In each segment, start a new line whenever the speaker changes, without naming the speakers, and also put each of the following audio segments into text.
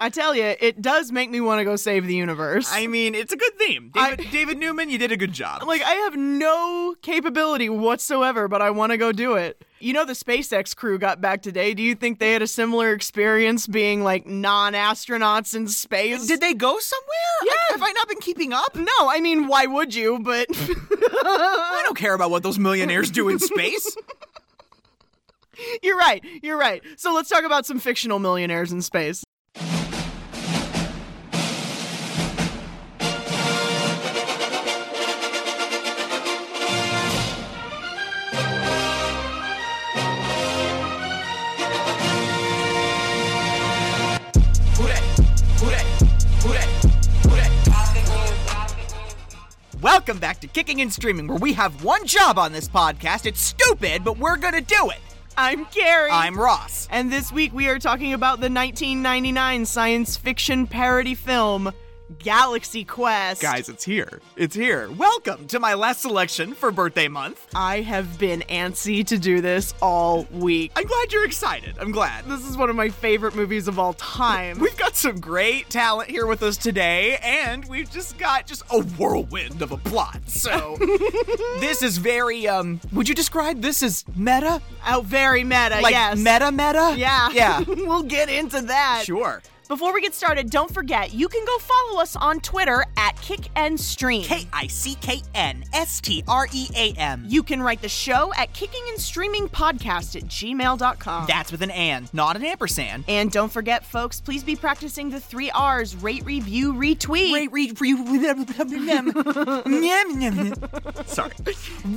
I tell you, it does make me want to go save the universe.
I mean, it's a good theme.
I-
David, David Newman, you did a good job.
like I have no capability whatsoever, but I want to go do it. You know the SpaceX crew got back today. Do you think they had a similar experience being like non-astronauts in space?
did they go somewhere?
Yeah.
Like, have I not been keeping up?
No, I mean why would you? But
I don't care about what those millionaires do in space.
you're right. You're right. So let's talk about some fictional millionaires in space.
Welcome back to Kicking and Streaming, where we have one job on this podcast. It's stupid, but we're gonna do it.
I'm Carrie.
I'm Ross.
and this week we are talking about the 1999 science fiction parody film Galaxy Quest.
Guys, it's here. It's here. Welcome to my last selection for birthday month.
I have been antsy to do this all week.
I'm glad you're excited. I'm glad.
This is one of my favorite movies of all time.
We've got some great talent here with us today, and we've just got just a whirlwind of a plot. So this is very um would you describe this as meta?
Out very meta,
Like
yes.
meta meta?
Yeah.
Yeah.
we'll get into that.
sure.
Before we get started, don't forget you can go follow us on Twitter at Kick and Stream.
K-I-C-K-N-S-T-R-E-A-M.
You can write the show at kicking and streaming podcast at gmail.com.
That's with an and, not an ampersand.
and don't forget, folks, please be practicing the three R's rate, review, retweet.
Rate, re- re- Sorry.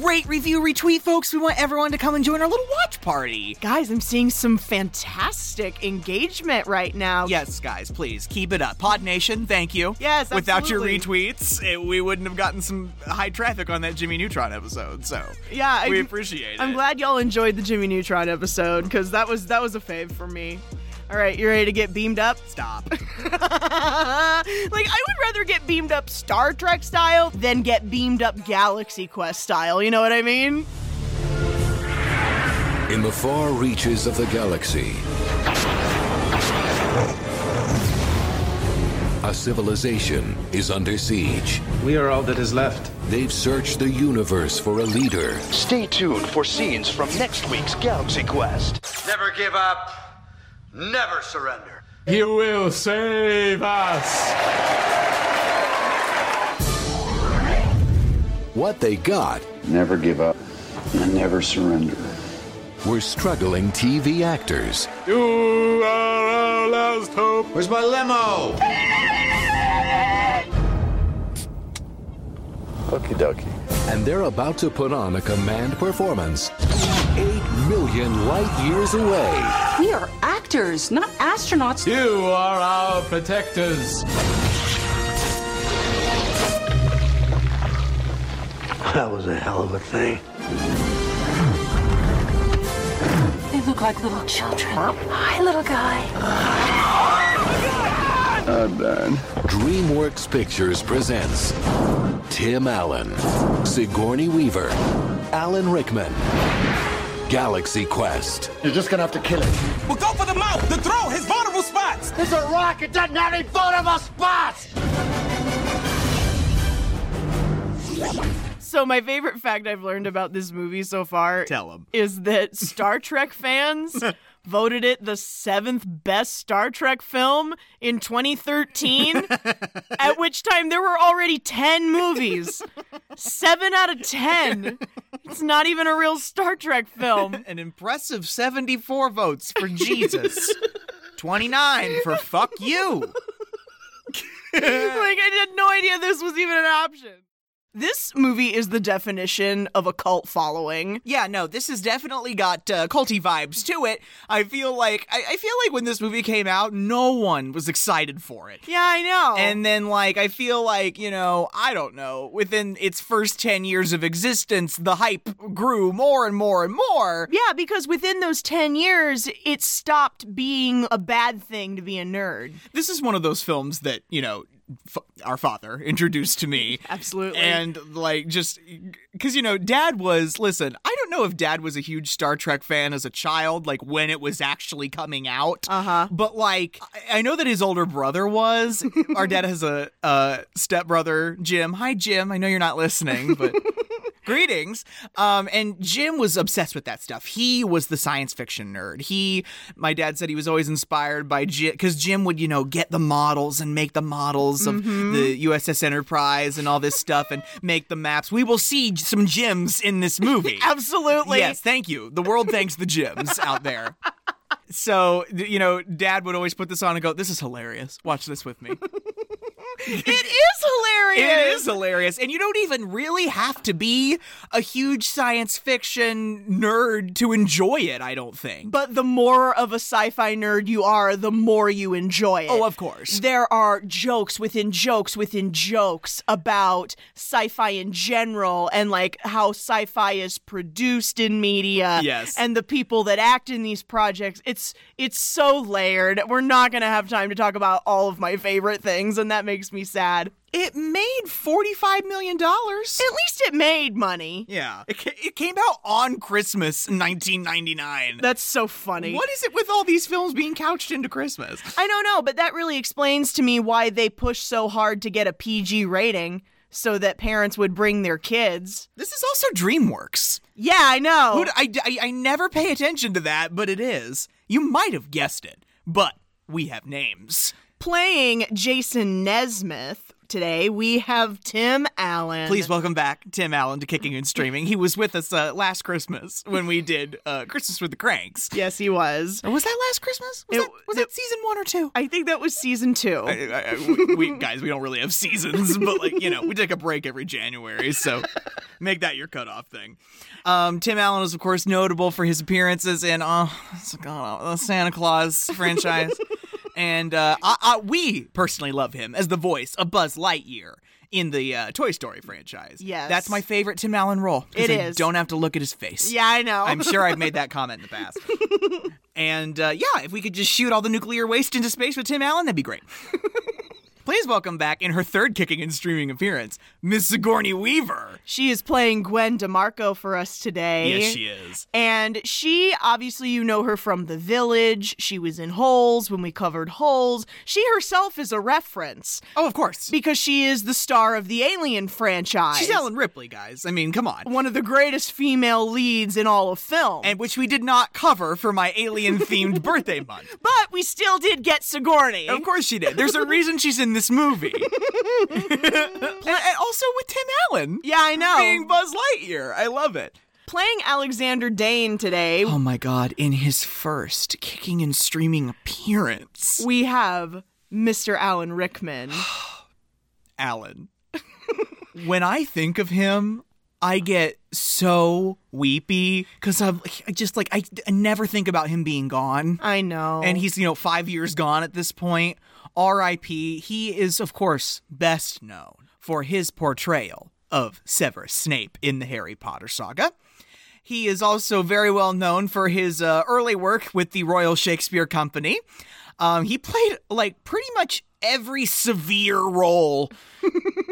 Rate, review, retweet, folks. We want everyone to come and join our little watch party.
Guys, I'm seeing some fantastic engagement right now.
Yes, guys, please keep it up. Pod Nation, thank you.
Yes,
Without your
absolutely.
retweets, it, we wouldn't have gotten some high traffic on that Jimmy Neutron episode. So
Yeah, I-
we appreciate it.
I'm glad y'all enjoyed the Jimmy Neutron episode because that was that was a fave for me. All right, you ready to get beamed up?
Stop.
like I would rather get beamed up Star Trek style than get beamed up Galaxy Quest style. You know what I mean?
In the far reaches of the galaxy, a civilization is under siege.
We are all that is left.
They've searched the universe for a leader,
Stay tuned for scenes from next week's Galaxy Quest.
Never give up. Never surrender.
He will save us.
what they got
Never give up and never surrender.
were struggling TV actors
You are our last hope.
Where's my limo?
Okie dokie.
and they're about to put on a command performance 8 million light years away.
We are actors, not astronauts.
You are our protectors.
That was a hell of a thing.
They look like little children. Hi, little guy.
DreamWorks Pictures presents Tim Allen, Sigourney Weaver, Alan Rickman, Galaxy Quest.
You're just gonna have to kill it.
Well, go for the mouth, the throat, his vulnerable spots.
It's a rock. It doesn't have any vulnerable spots.
So my favorite fact I've learned about this movie so far
Tell 'em.
is that Star Trek fans voted it the seventh best Star Trek film in 2013, at which time there were already 10 movies. 7 out of 10. It's not even a real Star Trek film.
An impressive 74 votes for Jesus. 29 for fuck you.
like I had no idea this was even an option. This movie is the definition of a cult following.
Yeah, no, this has definitely got uh, culty vibes to it. I feel like I, I feel like when this movie came out, no one was excited for it.
Yeah, I know.
And then, like, I feel like, you know, I don't know, within its first 10 years of existence, the hype grew more and more and more.
Yeah, because within those 10 years, it stopped being a bad thing to be a nerd.
This is one of those films that, you know, f- our father introduced to me.
Absolutely.
And like just cuz you know, dad was listen, I don't know if dad was a huge Star Trek fan as a child like when it was actually coming out. Uh-huh. But like I, I know that his older brother was. our dad has a uh stepbrother, Jim. Hi Jim. I know you're not listening, but greetings um and jim was obsessed with that stuff he was the science fiction nerd he my dad said he was always inspired by jim because jim would you know get the models and make the models of the uss enterprise and all this stuff and make the maps we will see j- some gems in this movie
Absolutely.
yes thank you the world thanks the gems out there so th- you know dad would always put this on and go this is hilarious watch this with me
It is hilarious.
it is hilarious. And you don't even really have to be a huge science fiction nerd to enjoy it, I don't think.
But the more of a sci-fi nerd you are, the more you enjoy it.
Oh, of course.
There are jokes within jokes within jokes about sci-fi in general and like how sci-fi is produced in media.
Yes.
And the people that act in these projects. It's it's so layered. We're not gonna have time to talk about all of my favorite things, and that makes me sad.
It made $45 million.
At least it made money.
yeah. It, ca- it came out on Christmas in 1999.
That's so funny.
what is it with all these films being couched into Christmas?
I don't know, but that really explains to me why they push so hard to get a PG rating so that parents would bring their kids.
This is also DreamWorks.
Yeah, I know.
Who'd- I, I, I never pay attention to that, but it is. You might have guessed it, but we have names.
Playing Jason Nesmith today, we have Tim Allen.
Please welcome back Tim Allen to Kicking and Streaming. He was with us uh, last Christmas when we did uh, Christmas with the Cranks.
Yes, he was.
Was that last Christmas? Was,
It-
that, was that season one or two?
I think that was season two.
I, I- we, guys, we don't really have seasons, but like you know, we take a break every January, so make that your cutoff thing. Um, Tim Allen was, of course, notable for his appearances in oh, it's- God, the Santa Claus franchise, and uh, I, I, we personally love him as the voice of Buzz Lightyear in the uh, Toy Story franchise.
Yes.
that's my favorite Tim Allen role. 'cause
It
I
is.
Don't have to look at his face.
yeah, I know.
I'm sure I've made that comment in the past. and uh, yeah, if we could just shoot all the nuclear waste into space with Tim Allen, that'd be great. Please welcome back in her third kicking and streaming appearance, Miss Sigourney Weaver.
she is playing Gwen DeMarco for us today.
Yes, she is.
And she, obviously, you know her from The Village. She was in Holes when we covered Holes. She herself is a reference
Oh, of course.
because she is the star of the Alien franchise.
She's Ellen Ripley, guys. I mean, come on.
one of the greatest female leads in all of film.
And which we did not cover for my alien themed birthday month.
but we still did get Sigourney.
Of course she did. There's a reason she's in this movie. and, and also with Tim Allen.
Yeah, I know.
Being Buzz Lightyear. I love it.
Playing Alexander Dane today,
Oh my god, in his first kicking and streaming appearance.
we have Mr. Alan Rickman.
Alan. when I think of him, I get so weepy because I'm I just like, I, I never think about him being gone.
I know.
And he's, you know, five years gone at this point. RIP. He is, of course, best known for his portrayal of Severus Snape in the Harry Potter saga. He is also very well known for his uh, early work with the Royal Shakespeare Company. Um, he played like pretty much every severe role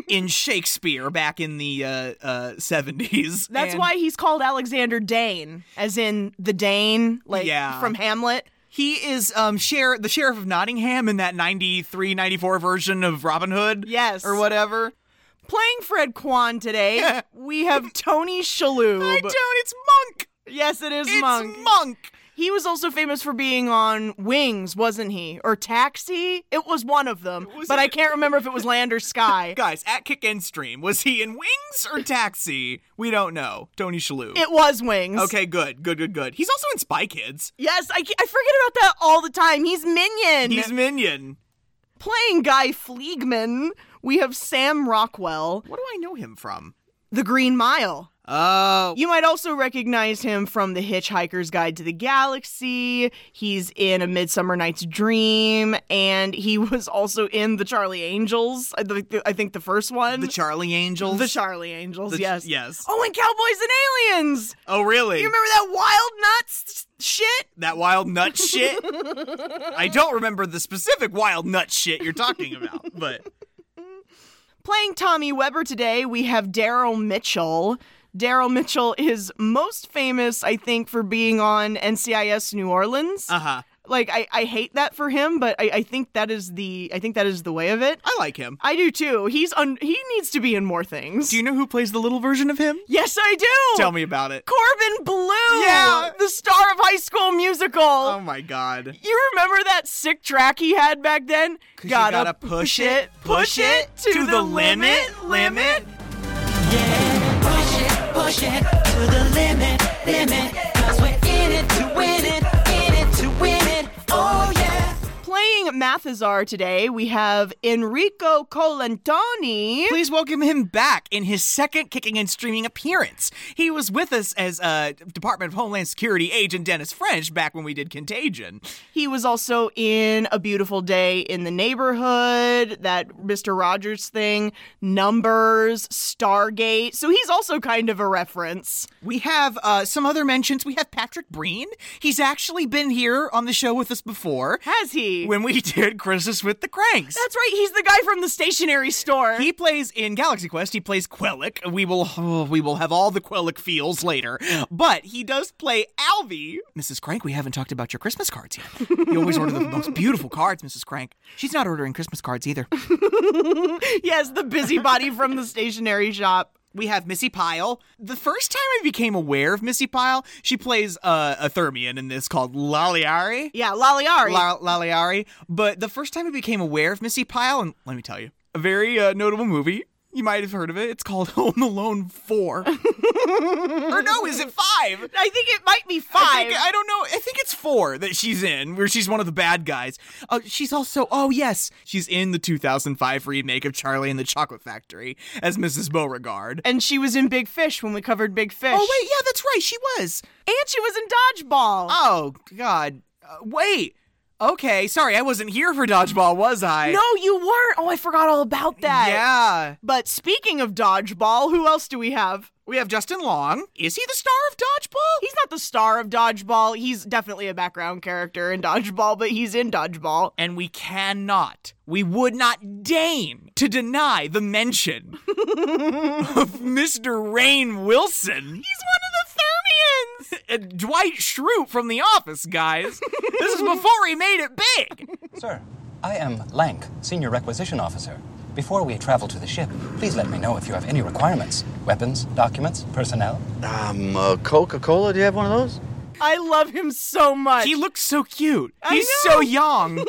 in Shakespeare back in the uh, uh, 70s.
That's
And
why he's called Alexander Dane, as in the Dane, like
Yeah.
from Hamlet.
He is um share the sheriff of Nottingham in that 93 94 version of Robin Hood.
Yes.
Or whatever.
Playing Fred Kwan today, we have Tony Shalhoub.
I don't it's Monk.
Yes, it is
It's
Monk.
Monk.
He was also famous for being on Wings, wasn't he? Or Taxi? It was one of them, but I can't remember if it was Land or Sky.
Guys, at Kick and Stream, was he in Wings or Taxi? We don't know. Tony Shalhoub.
It was Wings.
okay, good. Good, good, good. He's also in Spy Kids.
Yes, I, ca- I forget about that all the time. He's Minion.
He's Minion.
playing Guy Fleegman. We have Sam Rockwell,
What do I know him from?
The Green Mile.
Oh.
You might also recognize him from The Hitchhiker's Guide to the Galaxy. He's in A Midsummer Night's Dream, and he was also in The Charlie Angels. I, think the, I think the first one.
the Charlie Angels.
The Charlie Angels,
The-
yes.
yes.
Oh, and Cowboys and Aliens.
Oh, really?
You remember that wild nuts shit?
that wild nut shit. I don't remember the specific wild nut shit you're talking about, but
Playing Tommy Weber today, we have Daryl Mitchell. Daryl Mitchell is most famous, I think, for being on NCIS New Orleans. Uh
Uh-huh.
huh. Like I, I hate that for him, but I, I think that is the I think that is the way of it.
I like him.
I do too. He's un- he needs to be in more things.
Do you know who plays the little version of him?
yes, I do.
Tell me about it.
Corbin Blue.
Yeah.
the star of High School Musical.
Oh my god.
You remember that sick track he had back then?
you gotta push it,
push it to, the, limit, limit.
Push it, push it to the limit, limit. Cause we're in it to win it, in it to win it. Oh yeah.
Playing Mathazar today, we have Enrico Colantoni.
Please welcome him back in his second kicking and streaming appearance. He was with us as uh, Department of Homeland Security agent Dennis French back when we did Contagion.
He was also in A Beautiful Day in the Neighborhood, that Mr. Rogers thing, Numbers, Stargate. So he's also kind of a reference.
We have uh, some other mentions. We have Patrick Breen. He's actually been here on the show with us before
Has he?
when we did Christmas with the Cranks.
That's right, he's the guy from the stationery store.
He plays in Galaxy Quest. He plays Quellic. We will oh, we will have all the Quellic feels later, but he does play Alvy. Mrs. Crank, we haven't talked about your Christmas cards yet. You always order the most beautiful cards, Mrs. Crank. She's not ordering Christmas cards either.
yes, the busybody from the stationery shop.
We have Missy Pyle. The first time I became aware of Missy Pyle, she plays uh, a Thermion in this called Laliari.
Yeah, Laliari.
La- Laliari. But the first time I became aware of Missy Pyle, and let me tell you, a very uh, notable movie. You might have heard of it. It's called Home Alone 4. or no, is it 5? I think
I think it might be five.
I don't know. I think it's 4 that she's in, where she's one of the bad guys. Uh, she's also, oh yes, she's in the 2005 remake of Charlie and the Chocolate Factory as Mrs. Beauregard.
and she was in Big Fish when we covered Big Fish.
Oh, wait, yeah, that's right. She was.
and she was in Dodgeball.
Oh, God. Uh, wait. Okay, sorry, I wasn't here for Dodgeball, was I?
no, you weren't. Oh, I forgot all about that.
Yeah.
But speaking of Dodgeball, who else do we have?
We have Justin Long. Is he the star of Dodgeball?
He's not the star of Dodgeball. He's definitely a background character in Dodgeball, but he's in Dodgeball.
and we cannot, we would not deign to deny the mention of Mr. Rain Wilson. He's one of the Thermians. Dwight Schrute from The Office, guys. this is before he made it big.
Sir, I am Lank, Senior Requisition Officer. Before we travel to the ship, please let me know if you have any requirements weapons, documents, personnel.
Um, uh, Coca Cola, do you have one of those?
I love him so much.
He looks so cute.
I
He's
know.
so young.
I love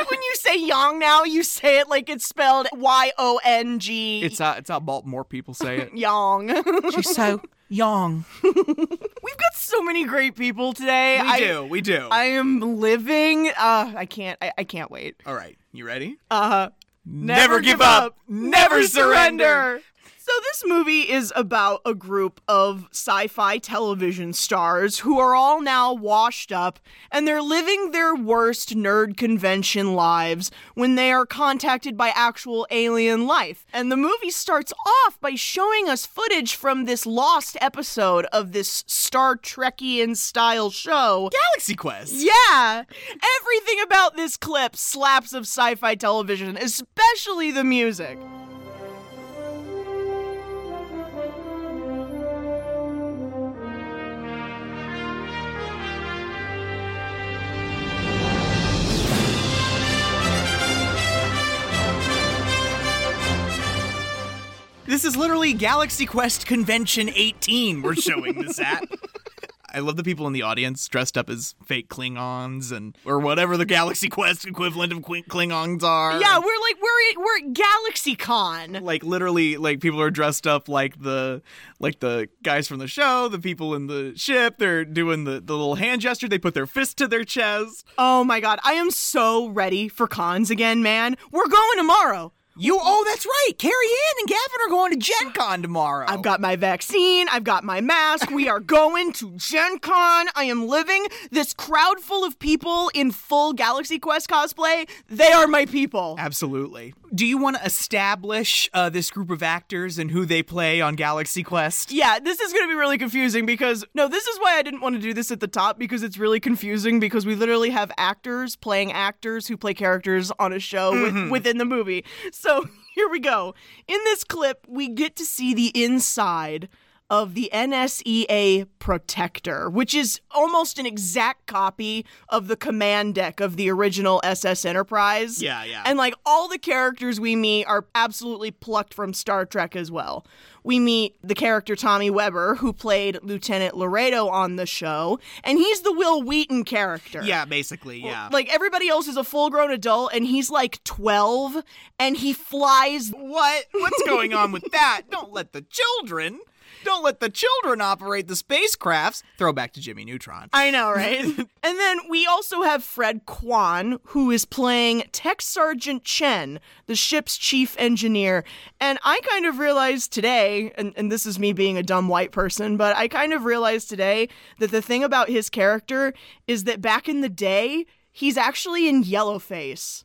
it when you say Yong now, you say it like it's spelled Y O N G. E.
It's how, it's how Baltimore people say it.
Yong. We've
She's so young.
got so many great people today.
We
I,
do, we do.
I am living. Uh, I can't. I, I can't wait. Uh,
All right, you ready?
Never give up. Never surrender. So, this movie is about a group of sci fi television stars who are all now washed up and they're living their worst nerd convention lives when they are contacted by actual alien life. And the movie starts off by showing us footage from this lost episode of this Star Trekian style show.
Galaxy Quest.
Yeah, everything about this clip slaps of sci fi television, especially the music.
This is literally Galaxy Quest Convention 18 we're showing this at. I love the people in the audience dressed up as fake Klingons and or whatever the Galaxy Quest equivalent of Qu- Klingons are.
Yeah, we're like we're at, we're at GalaxyCon.
like literally like people are dressed up like the like the guys from the show, the people in the ship, they're doing the, the little hand gesture, they put their fist to their chest.
Oh my god, I am so ready for cons again, man. We're going tomorrow.
You oh that's right. Carrie Ann and Gavin are going to Gen Con tomorrow.
I've got my vaccine. I've got my mask. We are going to Gen Con. I am living this crowd full of people in full Galaxy Quest cosplay. They are my people.
Absolutely. Do you want to establish uh, this group of actors and who they play on Galaxy Quest?
Yeah, this is going to be really confusing because no, this is why I didn't want to do this at the top because it's really confusing because we literally
Mm-hmm.
have actors playing actors who play characters on a show with, within the movie. So Here we go. In this clip, we get to see the inside of the NSEA Protector, which is almost an exact copy of the command deck of the original SS Enterprise.
Yeah, yeah.
And like all the characters we meet are absolutely plucked from Star Trek as well. We meet the character Tommy Weber, who played Lieutenant Laredo on the show, and he's the Will Wheaton character.
Yeah, basically, yeah.
Like everybody else is a full grown adult and he's like 12 and he flies.
What? What's going on with that? Don't let the children. Don't let the children operate the spacecrafts. Throwback to Jimmy Neutron.
I know, right? and then we also have Fred Kwan, who is playing Tech Sergeant Chen, the ship's chief engineer. And I kind of realized today, and, and this is me being a dumb white person, but I kind of realized today that the thing about his character is that back in the day, he's actually in Yellowface.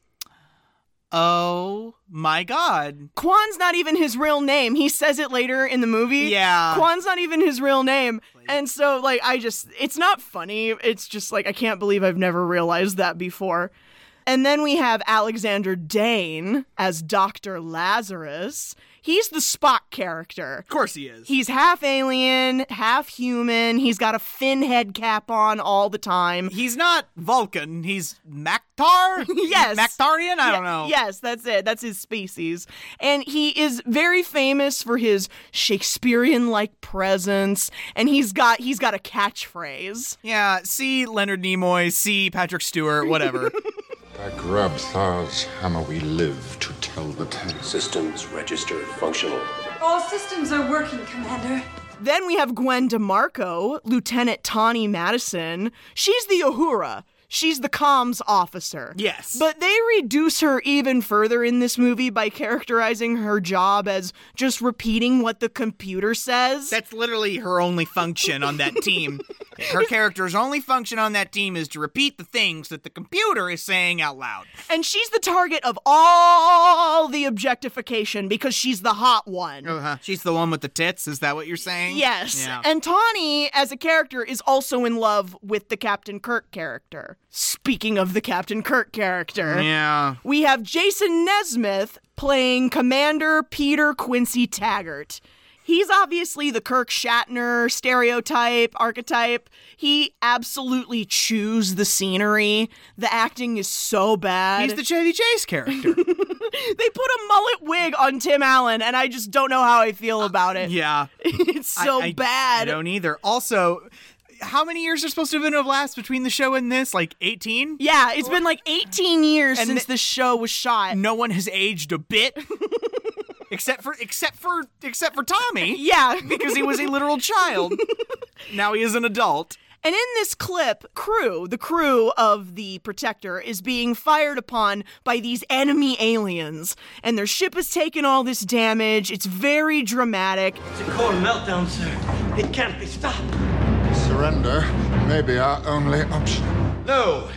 Oh my god.
Kwan's not even his real name. He says it later in the movie.
Yeah.
Kwan's not even his real name. And so, like, I just, it's not funny. It's just like, I can't believe I've never realized that before. And then we have Alexander Dane as Dr. Lazarus. He's the Spock character.
Of course he is.
He's half alien, half human. He's got a fin head cap on all the time.
He's not Vulcan. He's Maktar?
Yes.
Mactarian? I
Ye-
don't know.
Yes, that's it. That's his species. And he is very famous for his Shakespearean like presence and he's got he's got a catchphrase.
Yeah, see Leonard Nimoy, see Patrick Stewart, whatever.
By Grubthar's hammer we live to tell the tale.
Systems registered functional.
All systems are working, Commander.
Then we have Gwen DeMarco, Lieutenant Tawny Madison. She's the Uhura. She's the comms officer.
Yes.
But they reduce her even further in this movie by characterizing her job as just repeating what the computer says.
That's literally her only function on that team. Her character's only function on that team is to repeat the things that the computer is saying out loud.
And she's the target of all the objectification because she's the hot one.
Uh-huh. She's the one with the tits, is that what you're saying?
Yes.
Yeah.
And Tawny, as a character, is also in love with the Captain Kirk character. Speaking of the Captain Kirk character,
yeah.
we have Jason Nesmith playing Commander Peter Quincy Taggart. He's obviously the Kirk Shatner stereotype, archetype. He absolutely chews the scenery. The acting is so bad.
He's the Chevy Chase character.
They put a mullet wig on Tim Allen, and I just don't know how I feel about it.
yeah.
it's so
I- I- I
bad.
don't either. Also, how many years are supposed to have been elapsed between the show and this? Like 18?
yeah, it's been like 18 years
And
since
th-
this show was shot.
No one has aged a bit. except for except for except for Tommy.
Yeah,
Because he was a literal child. now he is an adult.
And in this clip, crew, the crew of the Protector, is being fired upon by these enemy aliens, and their ship has taken all this damage. It's very dramatic.
It's a core meltdown, sir. It can't be stopped.
Surrender may be our only option.
No,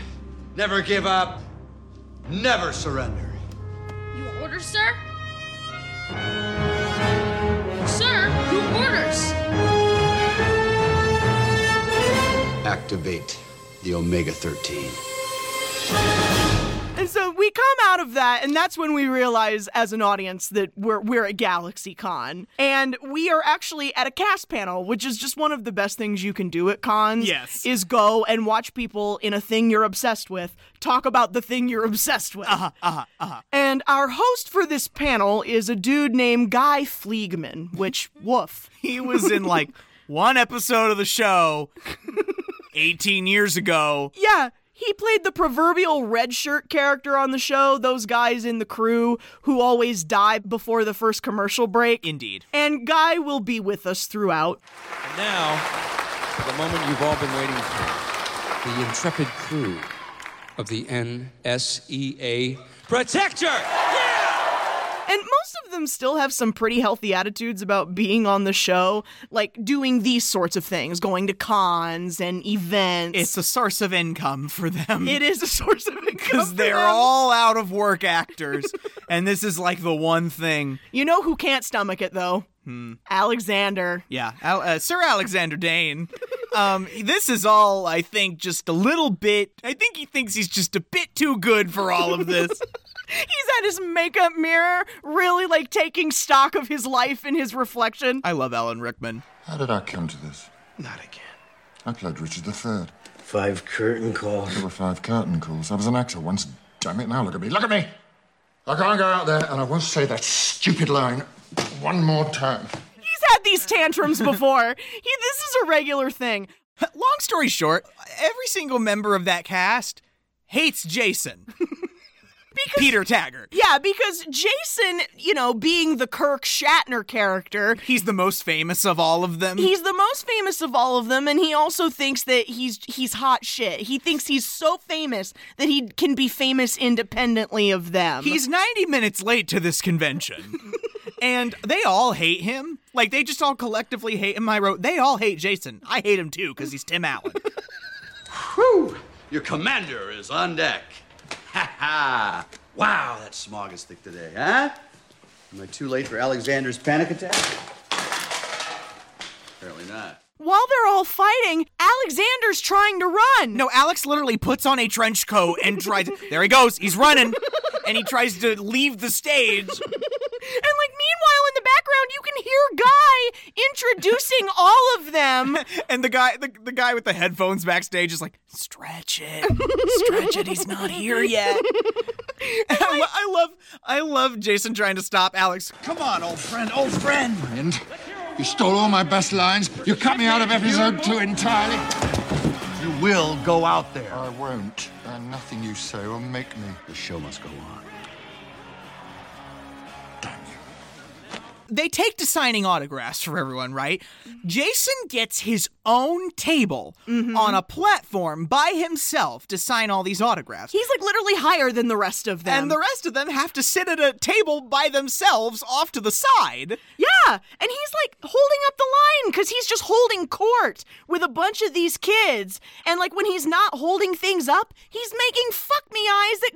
never give up, never surrender.
Your orders, sir? Sir, your orders!
Activate the Omega 13.
And so we come out of that, and that's when we realize as an audience that we're we're at GalaxyCon. And we are actually at a cast panel, which is just one of the best things you can do at cons.
Yes.
Is go and watch people in a thing you're obsessed with talk about the thing you're obsessed with. Uh-huh,
uh-huh, uh-huh.
And our host for this panel is a dude named Guy Fliegman, which woof.
He was in like one episode of the show 18 years ago.
Yeah, he played the proverbial red shirt character on the show, those guys in the crew who always die before the first commercial break.
Indeed.
And Guy will be with us throughout.
And now, for the moment you've all been waiting for the intrepid crew of the NSEA Protector!
And most of them still have some pretty healthy attitudes about being on the show, like doing these sorts of things, going to cons and events.
It's a source of income for them.
It is a source of income.
Because
for
they're
them.
all out of work actors. and this is like the one thing.
You know who can't stomach it though?
Hmm.
Alexander.
Yeah, Al- uh, Sir Alexander Dane. Um, this is all, I think, just a little bit. I think he thinks he's just a bit too good for all of this.
He's at his makeup mirror, really like taking stock of his life in his reflection.
I love Alan Rickman.
How did I come to this?
Not again.
I played Richard III.
Five curtain calls.
There were five curtain calls. I was an actor once. Damn it, now look at me. Look at me! I can't go out there and I won't say that stupid line one more time.
He's had these tantrums before. he, this is a regular thing.
Long story short, every single member of that cast hates Jason. Peter Taggart.
Yeah, because Jason, you know, being the Kirk Shatner character,
he's the most famous of all of them.
He's the most famous of all of them, and he also thinks that he's he's hot shit. He thinks he's so famous that he can be famous independently of them.
He's 90 minutes late to this convention. and they all hate him. Like they just all collectively hate him. I wrote, they all hate Jason. I hate him too, because he's Tim Allen.
Whew! Your commander is on deck. Ha ha! Wow, that smog is thick today, huh? Am I too late for Alexander's panic attack? Apparently not.
While they're all fighting, Alexander's trying to run.
No, Alex literally puts on a trench coat and tries. there he goes. He's running, and he tries to leave the stage.
And like meanwhile in the background you can hear Guy introducing all of them.
and the guy the, the guy with the headphones backstage is like, stretch it. Stretch it, he's not here yet. I, lo- I love I love Jason trying to stop Alex.
Come on, old friend, old friend.
And you stole all my best lines. You cut me out of episode two entirely.
You will go out there.
I won't. And nothing you say will make me.
The show must go on.
they take to signing autographs for everyone, right? Jason gets his own table mm-hmm. on a platform by himself to sign all these autographs.
He's like literally higher than the rest of them.
And the rest of them have to sit at a table by themselves off to the side.
Yeah, and he's like holding up the line because he's just holding court with a bunch of these kids. And like when he's not holding things up, he's making fuck me eyes at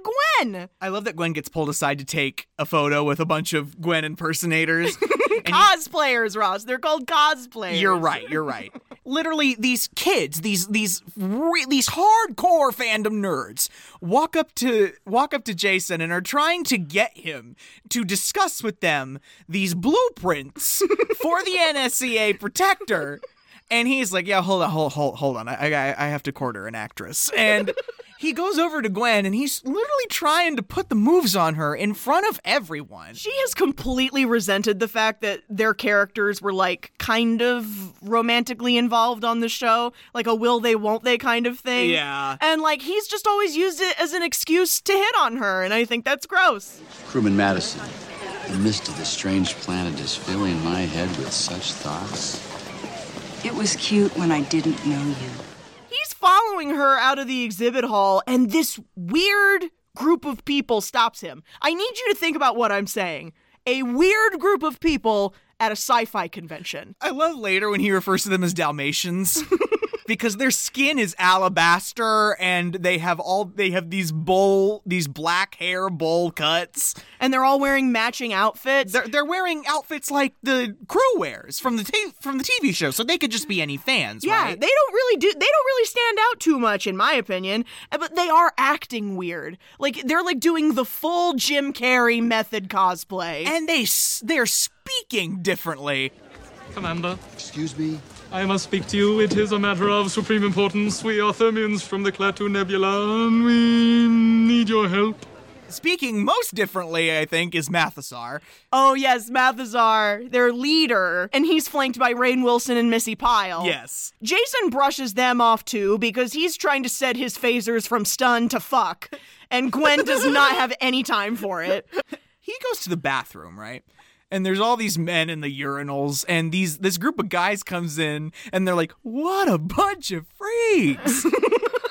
Gwen.
I love that Gwen gets pulled aside to take a photo with a bunch of Gwen impersonators.
cosplayers, Ross. They're called cosplayers.
You're right. You're right. Literally, these kids, these these re- these hardcore fandom nerds, walk up to walk up to Jason and are trying to get him to discuss with them these blueprints for the NSCA protector. And he's like, "Yeah, hold on, hold hold hold on. I I, I have to quarter an actress." And he goes over to Gwen and he's literally trying to put the moves on her in front of everyone.
She has completely resented the fact that their characters were like kind of romantically involved on the show, like a will they won't they kind of thing.
Yeah.
And like he's just always used it as an excuse to hit on her, and I think that's gross.
Crewman Madison, the mist of this strange planet is filling my head with such thoughts.
It was cute when I didn't know you
he's following her out of the exhibit hall, and this weird group of people stops him. I need you to think about what I'm saying. A weird group of people at a sci fi convention.
I love later when he refers to them as Dalmatians. because their skin is alabaster and they have all they have these bowl these black hair bowl cuts
and they're all wearing matching outfits
they're, they're wearing outfits like the crew wears from the t- from the TV show so they could just be any fans
yeah
right?
they don't really do they don't really stand out too much in my opinion eh, but they are acting weird like they're like doing the full Jim Carrey method cosplay
and they they're speaking differently
commander
Excuse me?
I must speak to you. It is a matter of supreme importance. We are Thermians from the Klaatu Nebula, and we need your help.
Speaking most differently, I think, is Mathasar.
Oh, yes, Mathasar, their leader, and he's flanked by Rain Wilson and Missy Pyle.
Yes.
Jason brushes them off too because he's trying to set his phasers from stun to fuck, and Gwen does not have any time for it.
He goes to the bathroom, right? and there's all these men in the urinals and these this group of guys comes in and they're like what a bunch of freaks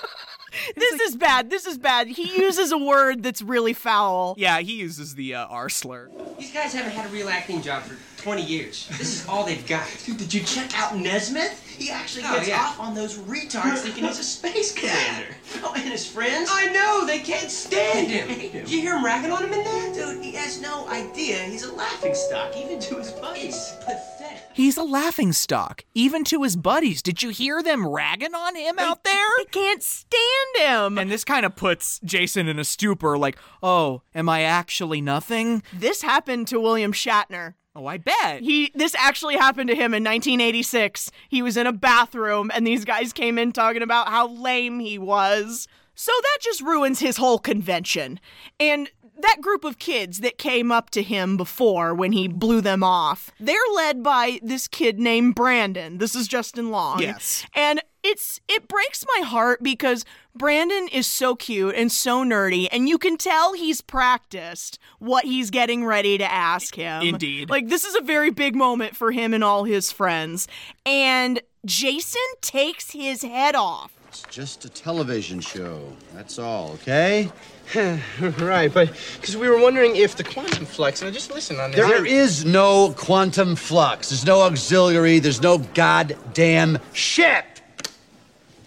this like, is bad this is bad he uses a word that's really foul
yeah he uses the uh, r slur
these guys haven't had a real acting job for 20 years this is all they've got
dude did you check out nesmith he actually gets oh, yeah. off on those retards thinking he's a space commander oh and his friends
i know they can't stand him, him. you hear him ragging on him in there
dude he has no idea he's a laughing stock even to his buddies
it's pathetic
He's a laughing stock, even to his buddies. Did you hear them ragging on him out there? I
can't stand him.
And this kind of puts Jason in a stupor like, oh, am I actually nothing?
This happened to William Shatner.
Oh, I bet.
He this actually happened to him in 1986. He was in a bathroom and these guys came in talking about how lame he was. So that just ruins his whole convention. And that group of kids that came up to him before when he blew them off, they're led by this kid named Brandon. This is Justin Long.
Yes.
And it's it breaks my heart because Brandon is so cute and so nerdy, and you can tell he's practiced what he's getting ready to ask him.
Indeed.
Like this is a very big moment for him and all his friends. And Jason takes his head off.
It's just a television show. That's all, okay?
right, but because we were wondering if the quantum flux, and I just listened on this.
there is no quantum flux. There's no auxiliary. There's no goddamn ship.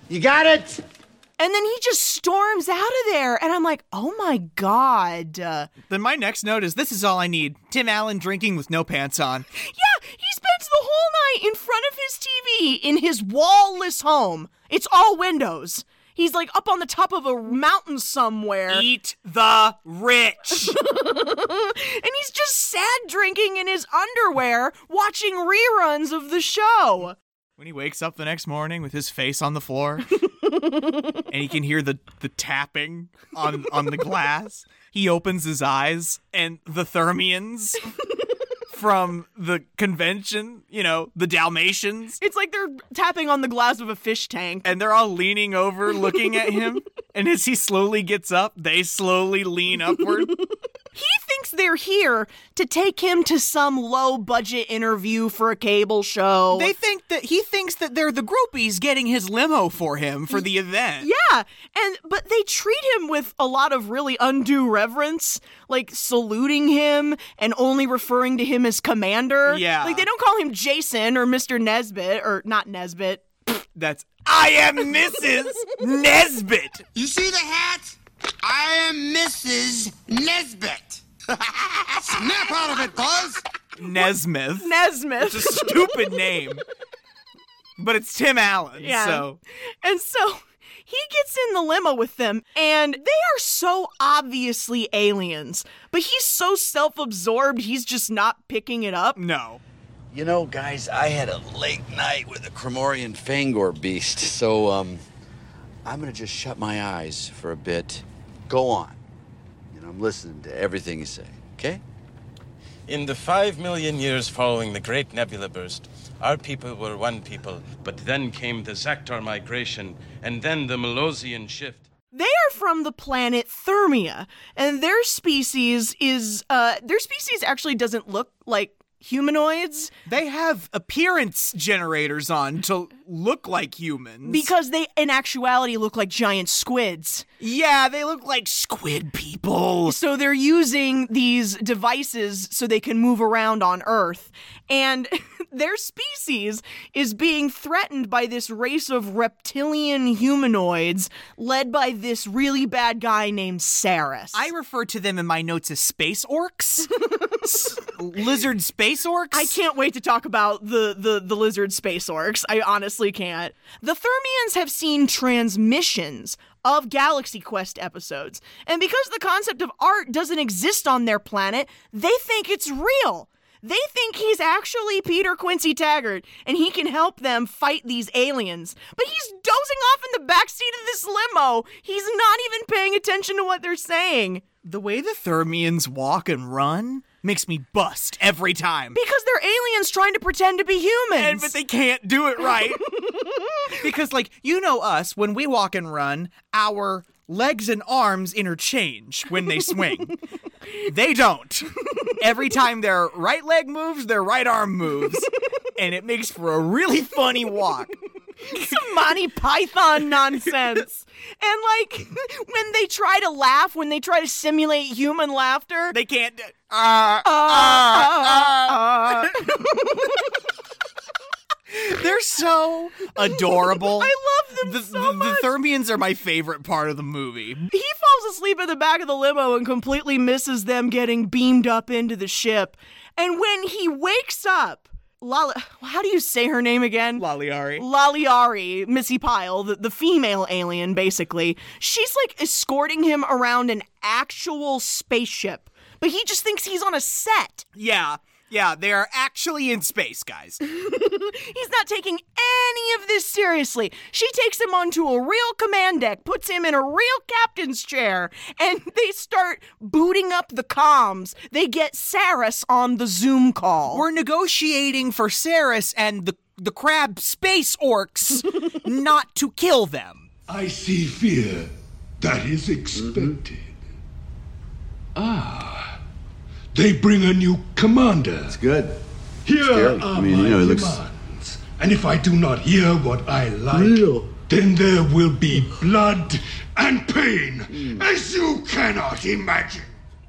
You got it?
And then he just storms out of there, and I'm like, oh my god. Uh,
Then my next note is this is all I need. Tim Allen drinking with no pants on.
yeah, he spends the whole night in front of his TV in his wall-less home. It's all windows. He's like up on the top of a mountain somewhere.
Eat the rich.
and he's just sad drinking in his underwear, watching reruns of the show.
When he wakes up the next morning with his face on the floor and he can hear the, the tapping on, on the glass, he opens his eyes and the Thermians from the convention, you know, the Dalmatians,
It's like they're tapping on the glass of a fish tank.
and they're all leaning over looking at him. And as he slowly gets up, they slowly lean upward.
He thinks they're here to take him to some low budget interview for a cable show.
They think that he thinks that they're the groupies getting his limo for him for the event.
yeah, and but they treat him with a lot of really undue reverence, like saluting him and only referring to him as commander.
Yeah.
Like they don't call him Jason or Mr. Nesbit or not Nesbit.
That's I am Mrs. Nesbit.
You see the hat? I am Mrs. Nesbit. Snap out of it, Buzz.
Nesmith.
Nesmith.
It's a stupid name. But it's Tim Allen,
Yeah.
so
And so he gets in the limo with them, and they are so obviously aliens, but he's so self absorbed, he's just not picking it up.
No.
You know, guys, I had a late night with a Cremorian Fangor beast, so um, I'm gonna just shut my eyes for a bit. Go on. You know, I'm listening to everything you say, okay?
In the five million years following the Great Nebula Burst, our people were one people, but then came the Zaktar migration, and then the Melosian shift.
They are from the planet Thermia, and their species is, uh, their species actually doesn't look like humanoids
they have appearance generators on to look like humans.
because they, in actuality, look like giant squids.
yeah, they look like squid people.
So they're using these devices so they can move around on Earth. And their species is being threatened by this race of reptilian humanoids led by this really bad guy named Saris.
I refer to them in my notes as space orcs. S- lizard space orcs.
I can't wait to talk about the, the, the lizard space orcs. I honestly can't. The Thermians have seen transmissions of Galaxy Quest episodes, and because the concept of art doesn't exist on their planet, they think it's real. They think he's actually Peter Quincy Taggart and he can help them fight these aliens. But he's dozing off in the backseat of this limo. He's not even paying attention to what they're saying.
The way the Thermians walk and run makes me bust every time.
Because they're aliens trying to pretend to be humans.
And- but they can't do it right. because, like, you know us, when we walk and run, our legs and arms interchange when they swing. they don't. Every time their right leg moves, their right arm moves. and it makes for a really funny walk.
some Monty Python nonsense. And like when they try to laugh, when they try to simulate human laughter,
They can't. do-
uh, uh, uh,
They're so adorable.
I love them
the,
so
the,
much.
the Thermians are my favorite part of the movie.
he falls asleep in the back of the limo and completely misses them getting beamed up into the ship. And when he wakes up, Lala, how do you say her name again?
Laliari.
Laliari, Missy Pyle, the, the female alien, basically. She's like escorting him around an actual spaceship, but he just thinks he's on a set.
Yeah. Yeah, they are actually in space, guys.
He's not taking any of this seriously. She takes him onto a real command deck, puts him in a real captain's chair, and they start booting up the comms. They get Saris on the Zoom call.
We're negotiating for Saris and the the crab space orcs not to kill them.
I see fear. That is expected. Ah. They bring a new commander. It's
good.
Here
Scary.
are
I mean,
my
you know, it looks-
demands. And if I do not hear what I like, then there will be blood and pain, as you cannot imagine.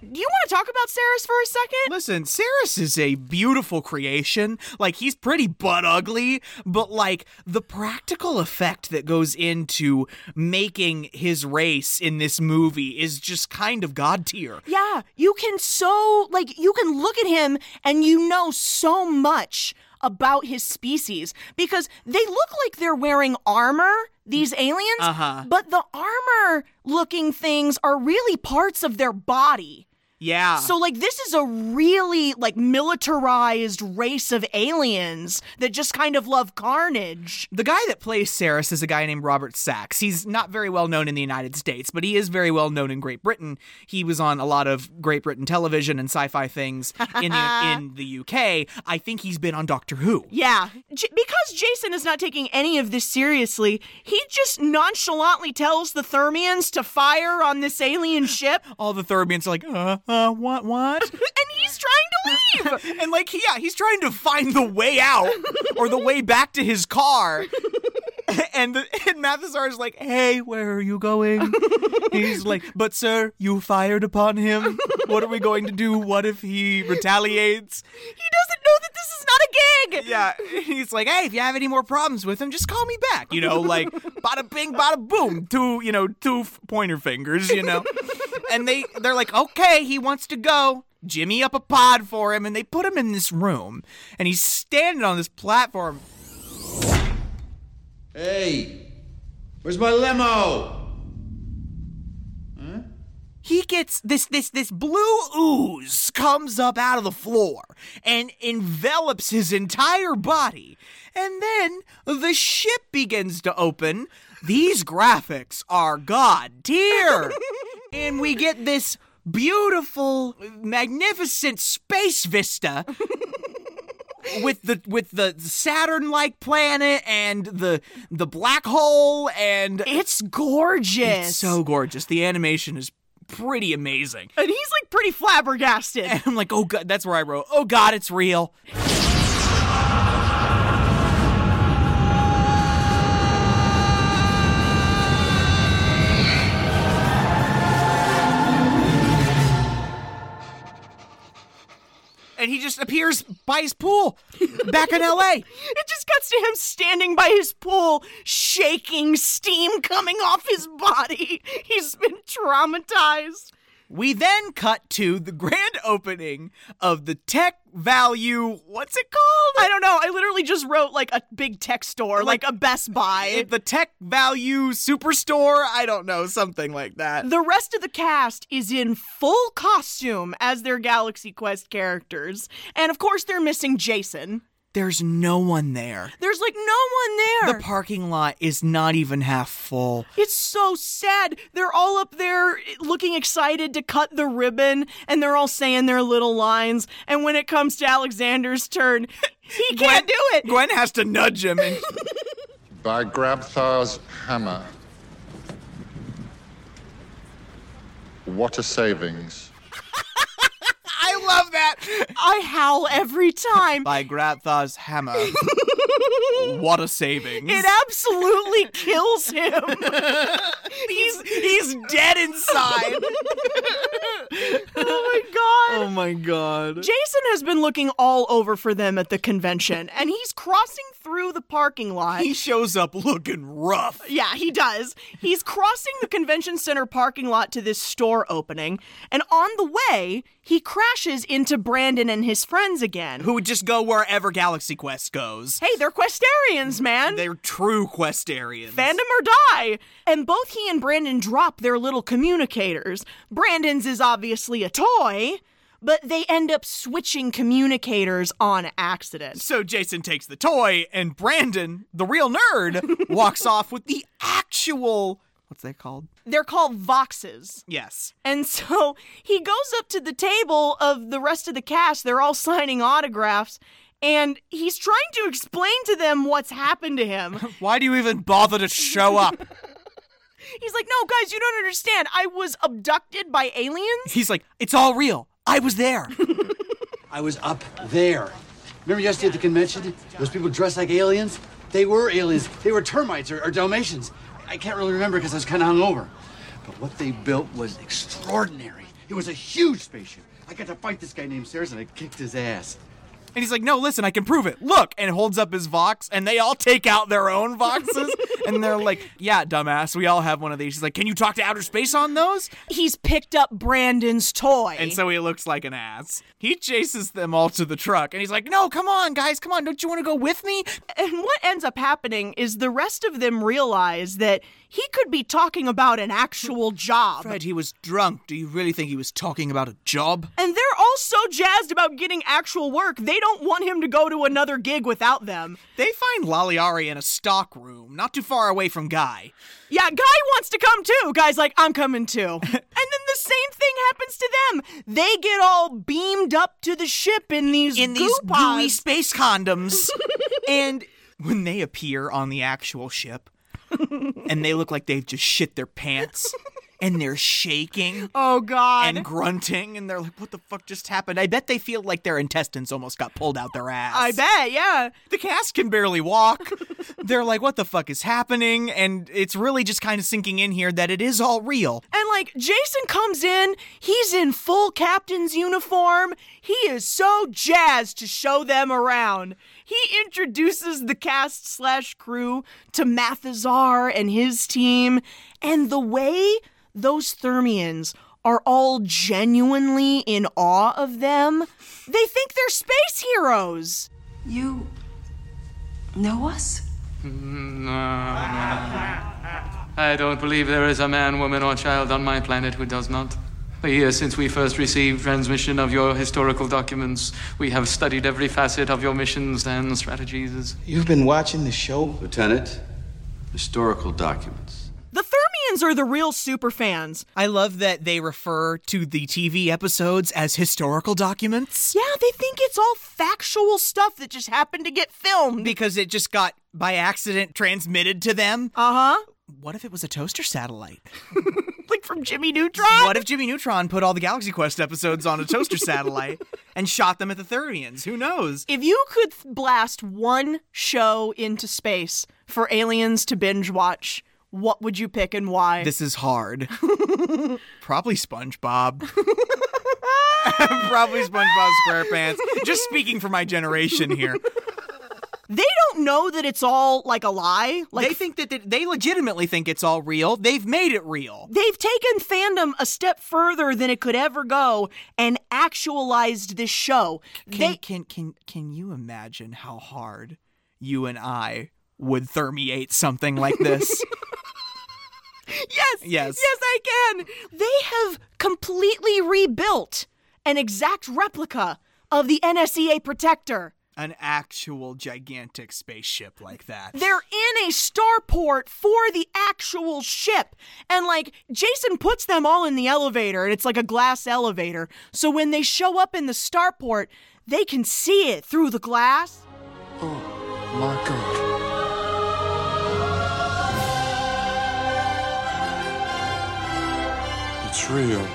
Do you want to talk about Saris for a second?
Listen, Saris is a beautiful creation. Like, he's pretty butt ugly, but like, the practical effect that goes into making his race in this movie is just kind of god tier.
Yeah, you can so, like, you can look at him and you know so much about his species because they look like they're wearing armor, these aliens,
Uh-huh.
but the armor looking things are really parts of their body.
Yeah.
So like this is a really like militarized race of aliens that just kind of love carnage.
The guy that plays Saris is a guy named Robert Sachs. He's not very well known in the United States, but he is very well known in Great Britain. He was on a lot of Great Britain television and sci-fi things in the, in the UK. I think he's been on Doctor Who.
Yeah, J- because Jason is not taking any of this seriously, he just nonchalantly tells the Thermians to fire on this alien ship.
All the Thermians are like, uh, uh, what, what?
and he's trying to leave.
and like, yeah, he's trying to find the way out or the way back to his car. and the, and Mathesar is like, "Hey, where are you going?" He's like, "But sir, you fired upon him. What are we going to do? What if he retaliates?"
He doesn't know that this is not a gig.
Yeah, he's like, "Hey, if you have any more problems with him, just call me back." You know, like, bada bing, bada boom, two, you know, two f- pointer fingers, you know. and they they're like, "Okay, he wants to go." Jimmy up a pod for him, and they put him in this room, and he's standing on this platform.
Hey, where's my limo?
he gets this this this blue ooze comes up out of the floor and envelops his entire body and then the ship begins to open these graphics are god tier and we get this beautiful magnificent space vista with the with the Saturn like planet and the the black hole and
it's gorgeous.
It's so gorgeous. The animation is pretty amazing.
And he's like pretty flabbergasted.
And I'm like, oh god, that's where I wrote, oh god, it's real. And he just appears by his pool back in LA.
It just cuts to him standing by his pool, shaking, steam coming off his body. He's been traumatized.
We then cut to the grand opening of the Tech Value. What's it called?
I don't know. I literally just wrote like a big tech store, like, a Best Buy.
The Tech Value Superstore. I don't know, something like that.
The rest of the cast is in full costume as their Galaxy Quest characters. And of course, they're missing Jason.
There's no one there.
There's like no one there.
The parking lot is not even half full.
It's so sad. They're all up there looking excited to cut the ribbon and they're all saying their little lines. And when it comes to Alexander's turn, he can't do it.
Gwen has to nudge him and
By Grabthar's hammer. What a savings.
I love that.
I howl every time.
By Grabthar's hammer. what a savings.
It absolutely kills him. he's he's dead inside. oh my god.
Oh my god.
Jason has been looking all over for them at the convention, and he's crossing through the parking lot.
He shows up looking rough.
Yeah, he does. He's crossing the convention center parking lot to this store opening, and on the way, he crashes into Brandon and his friends again.
Who would just go wherever Galaxy Quest goes.
Hey, they're Questarians, man.
They're true Questarians.
Fandom or die. And both he and Brandon drop their little communicators. Brandon's is obviously a toy, but they end up switching communicators on accident.
So Jason takes the toy, and Brandon, the real nerd, walks off with the actual. What's that called?
They're called voxes.
Yes.
And so he goes up to the table of the rest of the cast. They're all signing autographs. And he's trying to explain to them what's happened to him.
Why do you even bother to show up?
He's like, no, guys, you don't understand. I was abducted by aliens.
He's like, it's all real. I was there.
I was up there. Remember yesterday at the convention? Those people dressed like aliens? They were aliens. They were termites or, or Dalmatians. I can't really remember because I was kind of hungover. But what they built was extraordinary. It was a huge spaceship. I got to fight this guy named Sarah, and I kicked his ass.
And he's like, no, listen, I can prove it. Look. And holds up his Vox, and they all take out their own Voxes. and they're like, yeah, dumbass, we all have one of these. He's like, can you talk to outer space on those?
He's picked up Brandon's toy.
And so he looks like an ass. He chases them all to the truck, and he's like, no, come on, guys, come on. Don't you want to go with me?
And what ends up happening is the rest of them realize that he could be talking about an actual job.
Fred, he was drunk. Do you really think he was talking about a job?
And they're all so jazzed about getting actual work, they don't want him to go to another gig without them.
They find Laliari in a stock room, not too far away from Guy.
Yeah, Guy wants to come too. Guy's like, I'm coming too. and then the same thing happens to them. They get all beamed up to the ship in these
in
goo
these
pods.
gooey space condoms. and when they appear on the actual ship, and they look like they've just shit their pants. And they're shaking
Oh God!
and grunting, and they're like, "What the fuck just happened?" I bet they feel like their intestines almost got pulled out their ass.
I bet, yeah.
the cast can barely walk. They're like, what the fuck is happening? And it's really just kind of sinking in here that it is all real.
And like Jason comes in, he's in full captain's uniform. He is so jazzed to show them around. He introduces the cast slash crew to Mathazar and his team, and the way those Thermians are all genuinely in awe of them. They think they're space heroes.
You know us?
I don't believe there is a man, woman, or child on my planet who does not. The year since we first received transmission of your historical documents, we have studied every facet of your missions and strategies.
You've been watching the show? Lieutenant, historical documents.
The Thermians are the real super fans.
I love that they refer to the TV episodes as historical documents
Yeah, they think it's all factual stuff that just happened to get filmed.
because it just got by accident transmitted to them.
uh huh.
What if it was a toaster satellite?
Like from Jimmy Neutron.
What if Jimmy Neutron put all the Galaxy Quest episodes on a toaster satellite and shot them at the Thurians? Who knows?
If you could th- blast one show into space for aliens to binge watch, what would you pick and why?
This is hard. Probably SpongeBob. Probably SpongeBob SquarePants. Just speaking for my generation here.
they don't know that it's all like a lie. Like
they think that they, they legitimately think it's all real. They've made it real.
they've taken fandom a step further than it could ever go and actualized this show.
Can,
They
can can can you imagine how hard you and I would thermiate something like this?
Yes.
Yes.
Yes, I can. They have completely rebuilt an exact replica of the NSEA protector.
An actual gigantic spaceship like that.
They're in a starport for the actual ship. And like Jason puts them all in the elevator, and it's like a glass elevator. So when they show up in the starport, they can see it through the glass.
My God. It's real.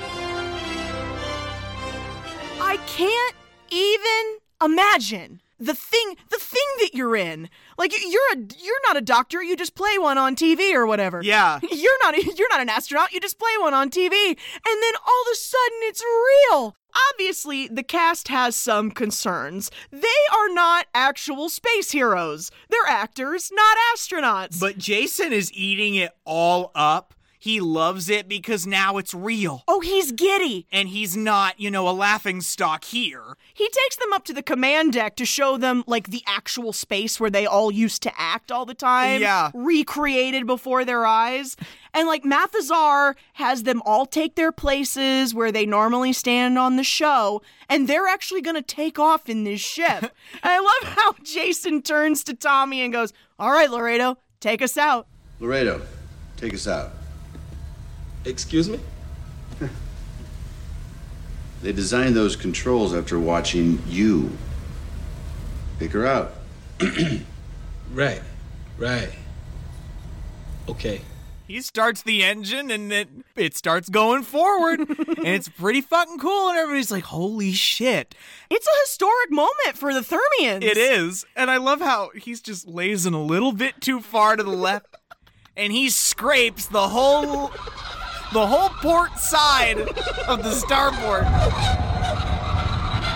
I can't even imagine. the thing the thing that you're in. Like y- you're a you're not a doctor, you just play one on TV or whatever.
Yeah.
You're not a, you're not an astronaut, you just play one on TV. And then all of a sudden it's real. Obviously, the cast has some concerns. They are not actual space heroes. They're actors, not astronauts.
But Jason is eating it all up. He loves it because now it's real.
Oh, he's giddy.
And he's not, you know, a laughing stock here.
He takes them up to the command deck to show them, like, the actual space where they all used to act all the time.
Yeah.
Recreated before their eyes. And, like, Mathazar has them all take their places where they normally stand on the show, and they're actually going to take off in this ship. and I love how Jason turns to Tommy and goes, All right, Laredo, take us out.
Laredo, take us out.
Excuse me?
They designed those controls after watching you. Pick her out.
right, right. Okay.
He starts the engine and then it starts going forward. and it's pretty fucking cool. And everybody's like, holy shit.
It's a historic moment for the Thermians.
It is. And I love how he's just lazing a little bit too far to the left. and he scrapes the whole the whole port side of the starboard.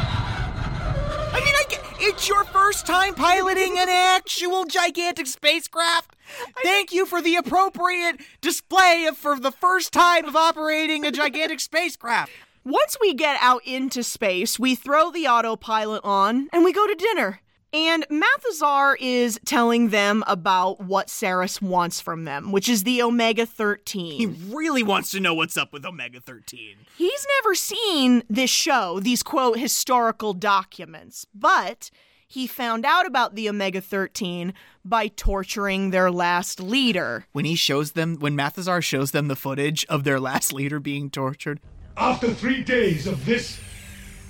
I mean, I get, it's your first time piloting an actual gigantic spacecraft. Thank you for the appropriate display of for the first time of operating a gigantic spacecraft.
Once we get out into space, we throw the autopilot on and we go to dinner. And Mathazar is telling them about what Saris wants from them, which is the Omega 13.
He really wants to know what's up with Omega 13.
He's never seen this show, these quote historical documents, but he found out about the Omega 13 by torturing their last leader.
When he shows them, when Mathazar shows them the footage of their last leader being tortured.
After three days of this,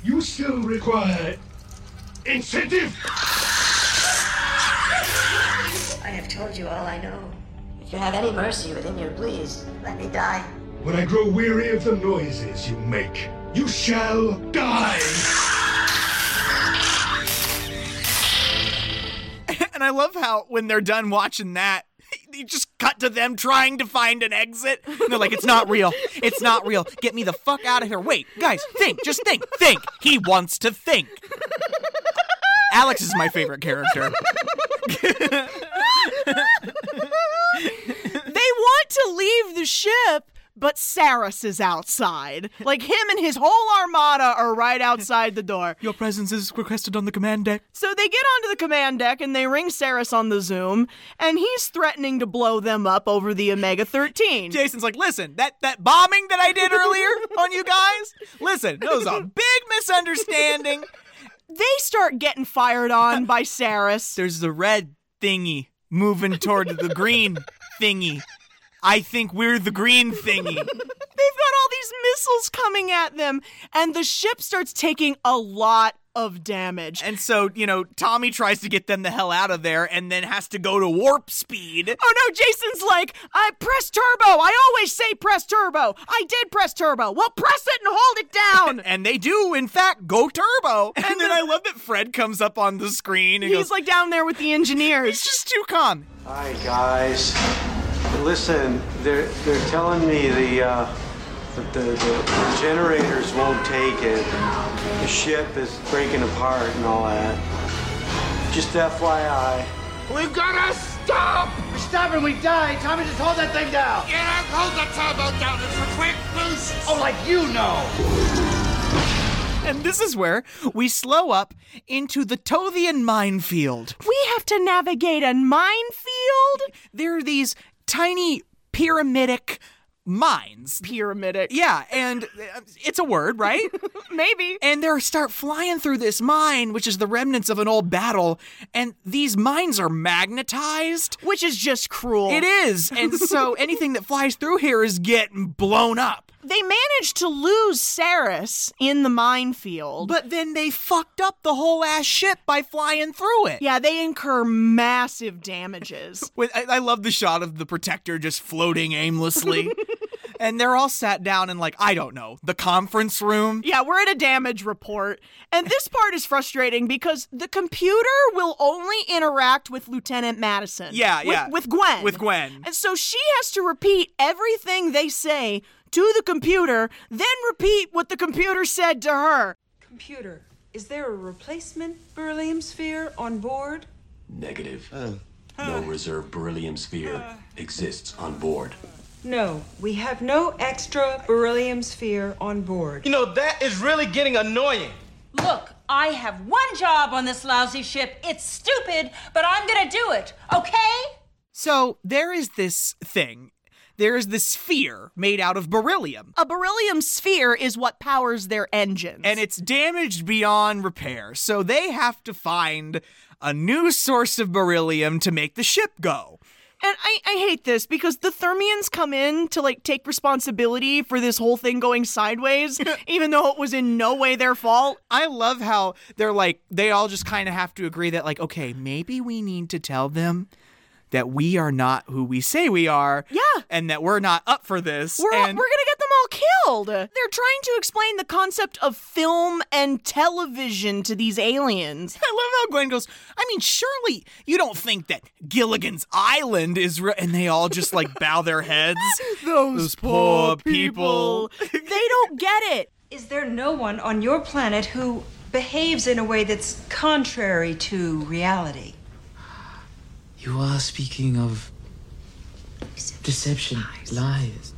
you still require incentive.
I have told you all I know. If you have any mercy within you, please let me die.
When I grow weary of the noises you make, you shall die.
And I love how when they're done watching that, you just cut to them trying to find an exit. And they're like, it's not real. It's not real. Get me the fuck out of here. Wait, guys, think. Just think. Think. He wants to think. Alex is my favorite character.
they want to leave the ship, but Saris is outside. Like him and his whole armada are right outside the door.
Your presence is requested on the command deck.
So they get onto the command deck and they ring Saris on the Zoom, and he's threatening to blow them up over the Omega 13.
Jason's like, listen, that, that bombing that I did earlier on you guys, listen, that was a big misunderstanding.
They start getting fired on by Saris.
There's the red thingy moving toward the green thingy. I think we're the green
They've
thingy.
got all these missiles coming at them, and the ship starts taking a lot of damage.
And so, you know, Tommy tries to get them the hell out of there and then has to go to warp speed.
Oh no, Jason's like, I press turbo. I always say press turbo. I did press turbo. Well, press it and hold it down.
and they do, in fact, go turbo. And, then I love that Fred comes up on the screen and
He's
goes,
like down there with the engineers.
it's just too calm.
Hi, guys. Listen, they're, they're telling me the, uh, that the, the generators won't take it. The ship is breaking apart and all that. Just FYI.
We've gotta stop!
We stop and we die. Tommy, just hold that thing down.
Yeah, hold the turbo down. It's for quick boosts.
Oh, like you know.
And this is where we slow up into the Tothian minefield.
we have to navigate a minefield?
There are these tiny pyramidic mines.
Pyramidic.
Yeah, and uh, it's a word, right?
Maybe.
and they start flying through this mine, which is the remnants of an old battle, and these mines are magnetized.
Which is just cruel.
It is. And so anything that flies through here is getting blown up.
They managed to lose Saris in the minefield.
But then they fucked up the whole ass ship by flying through it.
yeah, they incur massive damages.
With, I, I love the shot of the protector just floating aimlessly. and they're all sat down in like I don't know the conference room.
Yeah, we're at a damage report. And this part is frustrating because the computer will only interact with Lieutenant Madison.
Yeah,
with,
yeah.
With Gwen.
With Gwen.
And so she has to repeat everything they say to the computer, then repeat what the computer said to her.
Computer, is there a replacement beryllium sphere on board?
Negative. no reserve beryllium sphere exists on board.
No, we have no extra beryllium sphere on board.
You know, that is really getting annoying.
Look, I have one job on this lousy ship. It's stupid, but I'm gonna do it, okay?
So there is this thing. There is this sphere made out of beryllium.
A beryllium sphere is what powers their engines.
And it's damaged beyond repair, so they have to find a new source of beryllium to make the ship go.
And I, I hate this because the Thermians come in to like take responsibility for this whole thing going sideways, even though it was in no way their fault.
I love how they're like, they all just kind of have to agree that, like, okay, maybe we need to tell them that we are not who we say we are.
Yeah.
And that we're not up for this.
We're,
and
we're gonna get them all killed. They're trying to explain the concept of film and television to these aliens.
I love how Gwen goes, I mean, surely you don't think that Gilligan's Island is. Re-? And they all just like bow their heads.
Those, poor people.
they don't get it. Is there no one on your planet who
Behaves in a way that's contrary to reality.
You are speaking of deception, lies.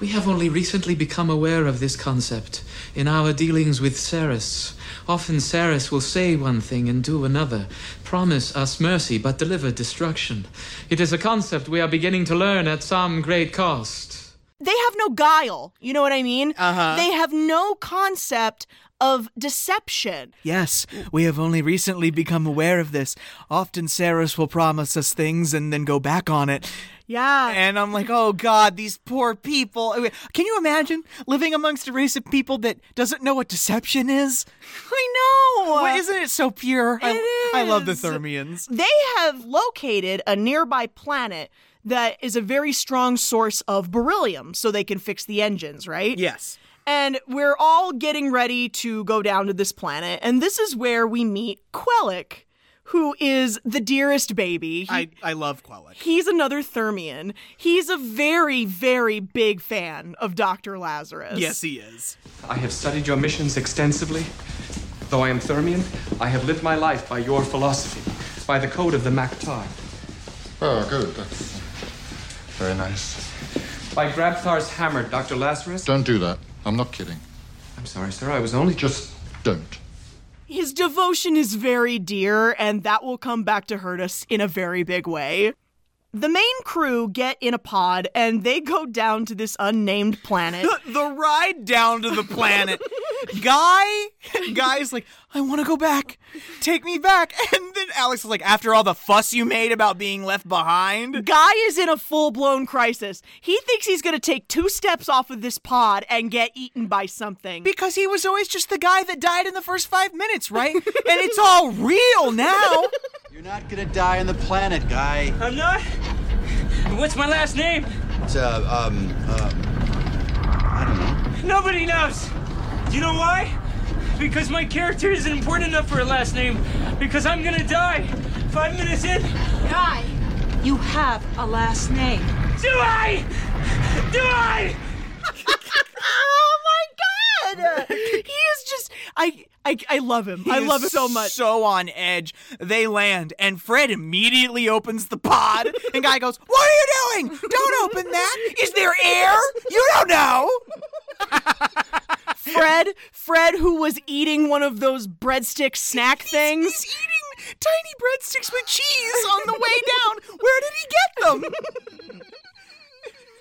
We have only recently become aware of this concept in our dealings with Ceres. Often Ceres will say one thing and do another, promise us mercy but deliver destruction. It is a concept we are beginning to learn at some great cost.
They have no guile. You know what I mean? Uh-huh. They have no concept of deception.
Yes, we have only recently become aware of this. Often Ceres will promise us things and then go back on it.
Yeah.
And I'm like, oh God, these poor people. I mean, Can you imagine living amongst a race of people that doesn't know what deception is?
I know.
Why isn't it so pure? I,
It
I love the
is.
Thermians.
They have located a nearby planet that is a very strong source of beryllium so they can fix the engines, right?
Yes.
And we're all getting ready to go down to this planet. And this is where we meet Quellic, who is the dearest baby. He-
I, I love Quellic.
He's another Thermian. He's a very, very big fan of Dr. Lazarus.
Yes, he is.
I have studied your missions extensively. Though I am Thermian, I have lived my life by your philosophy, by the code of the Maktar,
Oh, good. That's very nice.
by Grabthar's hammer, Dr. Lazarus.
Don't do that. I'm not kidding.
I'm sorry, sir. I was only
just don't.
His devotion is very dear, and that will come back to hurt us in a very big way. The main crew get in a pod and they go down to this unnamed planet.
the ride down to the planet. Guy, guy's like, I want to go back. Take me back. And then Alex is like, after all the fuss you made about being left behind,
Guy is in a full blown crisis. He thinks he's going to take two steps off of this pod and get eaten by something.
because he was always just the guy that died in the first five minutes, right? and it's all real now.
You're not gonna die on the planet, guy.
I'm not. What's my last name?
It's, uh, um, uh,
Nobody knows. You know why? Because my character isn't important enough for a last name. Because I'm gonna die. Five minutes in.
Die. You have a last name.
Do I? Do I?
oh my god! he is just I I I love him. I
He
love him
is
so much.
So on edge. They land, and Fred immediately opens the pod, and Guy goes, What are you doing? Don't open that. Is there air? You don't know.
Fred, Fred, who was eating one of those breadstick snack things.
He's eating tiny breadsticks with cheese on the way down. Where did he get them?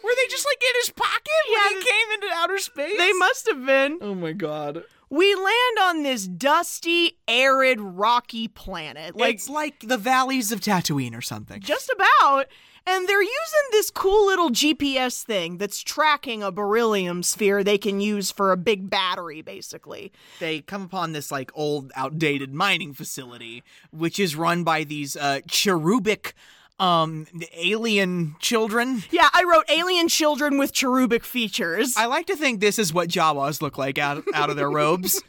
Were they just like in his pocket when he came into outer space?
They must have been.
Oh my god.
We land on this dusty, arid, rocky planet. Like
it's like the valleys of Tatooine or something.
just about. And they're using this cool little GPS thing that's tracking a beryllium sphere they can use for a big battery, basically.
they come upon this like old outdated mining facility which is run by these uh cherubic um alien children.
Yeah, I wrote alien children with cherubic features.
I like to think this is what Jawas look like out out of their robes.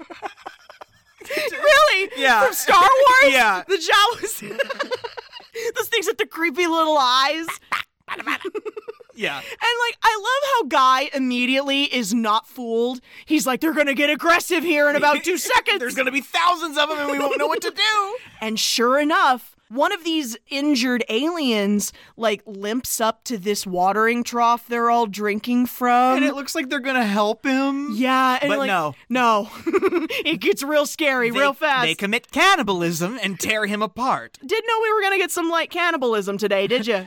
really?
Yeah.
From Star Wars?
Yeah.
The Jawas. Those things with the creepy little eyes.
Yeah.
And like, I love how Guy immediately is not fooled. He's like, they're gonna get aggressive here in about two seconds.
There's gonna be thousands of them, and we won't know what to do.
And sure enough, one of these injured aliens like limps up to this watering trough they're all drinking from.
And it looks like they're gonna help him.
yeah, and
But
like,
no.
no, it gets real scary,
They-
real fast.
They commit cannibalism and tear him apart.
Didn't know we were gonna get some light cannibalism today, did you?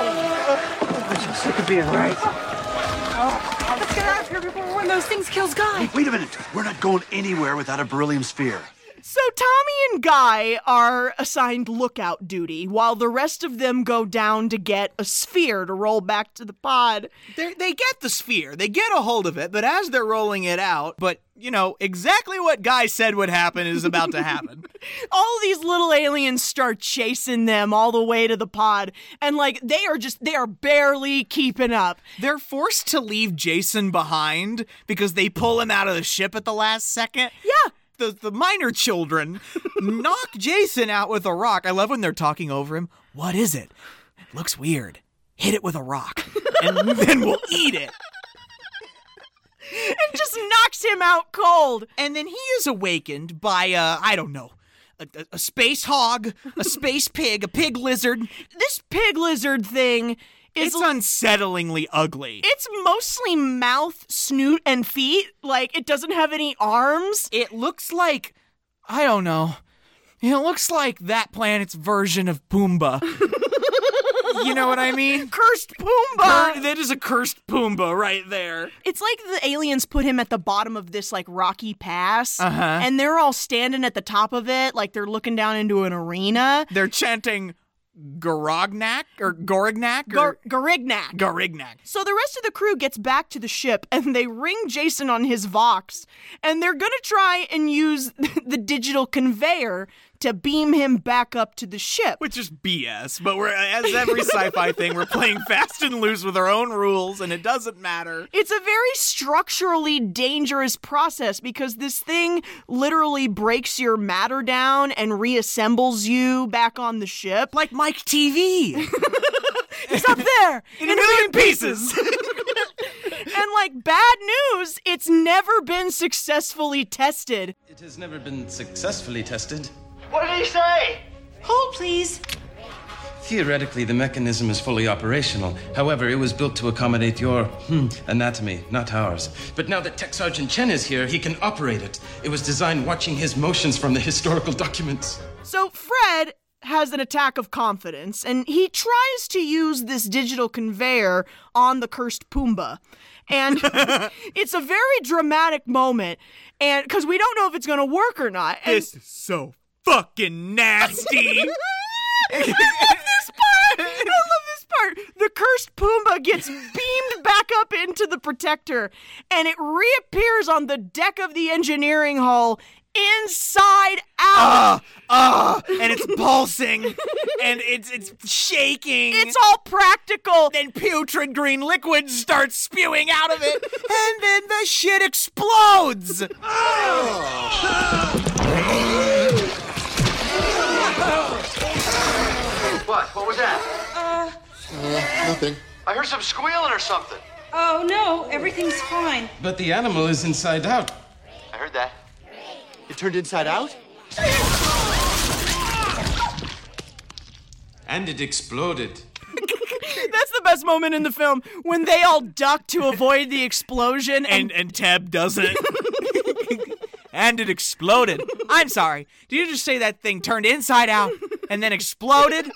I'm sick of being right.
Let's get out of here before one of those things kills God.
Wait a minute. We're not going anywhere without a beryllium sphere.
So Tommy and Guy are assigned lookout duty while the rest of them go down to get a sphere to roll back to the pod.
They're, they get the sphere, they get a hold of it, but as they're rolling it out, but you know, exactly what Guy said would happen is about to happen.
All these little aliens start chasing them all the way to the pod and like they are just they are barely keeping up.
They're forced to leave Jason behind because they pull him out of the ship at the last second.
Yeah.
The, the minor children knock Jason out with a rock. I love when they're talking over him. What is it? it looks weird. Hit it with a rock, and then we'll eat it.
It just knocks him out cold.
And then he is awakened by, uh, I don't know, a, a, a space hog, a space pig, a pig lizard.
This pig lizard thing is
It's unsettlingly ugly.
it's mostly mouth, snoot, and feet. Like it doesn't have any arms.
It looks like, I don't know, it looks like that planet's version of Pumbaa. you know what I mean?
Cursed Pumbaa.
Cur- that is a cursed Pumbaa right there.
It's like the aliens put him at the bottom of this like rocky pass,
Uh-huh.
and they're all standing at the top of it, like they're looking down into an arena.
They're chanting Gorognak or Gorognak
Gar-
or
Garignac.
Gorignac.
so the rest of the crew gets back to the ship, and they ring Jason on his Vox, and they're gonna try and use the digital conveyor to beam him back up to the ship.
Which is BS, but we're as every sci-fi thing, we're playing fast and loose with our own rules, and it doesn't matter.
It's a very structurally dangerous process because this thing literally breaks your matter down and reassembles you back on the ship.
Like Mike TV
It's up there
in a million pieces.
And like bad news, it's never been successfully tested.
It has never been successfully tested.
What did he say?
Hold, please.
Theoretically, the mechanism is fully operational. However, it was built to accommodate your hmm, anatomy, not ours. But now that Tech Sergeant Chen is here, he can operate it. It was designed watching his motions from the historical documents.
So Fred has an attack of confidence and he tries to use this digital conveyor on the cursed Pumbaa. And it's a very dramatic moment and cuz we don't know if it's going to work or not. And
This is so fucking nasty.
I love this part. The cursed Pumbaa gets beamed back up into the protector, and it reappears on the deck of the engineering hull, inside out.
Ah, ah, and it's pulsing, and it's it's shaking.
it's all practical.
then putrid green liquid starts spewing out of it, and then the shit explodes.
What? What was that?
Uh,
Nothing.
I heard some squealing or something.
oh no, everything's fine.
But the animal is inside out.
I heard that. It turned inside out?
And it exploded.
That's the best moment in the film when they all duck to avoid the explosion.
and
And,
and Teb does it. and it exploded. I'm sorry. Did you just say that thing turned inside out and then exploded?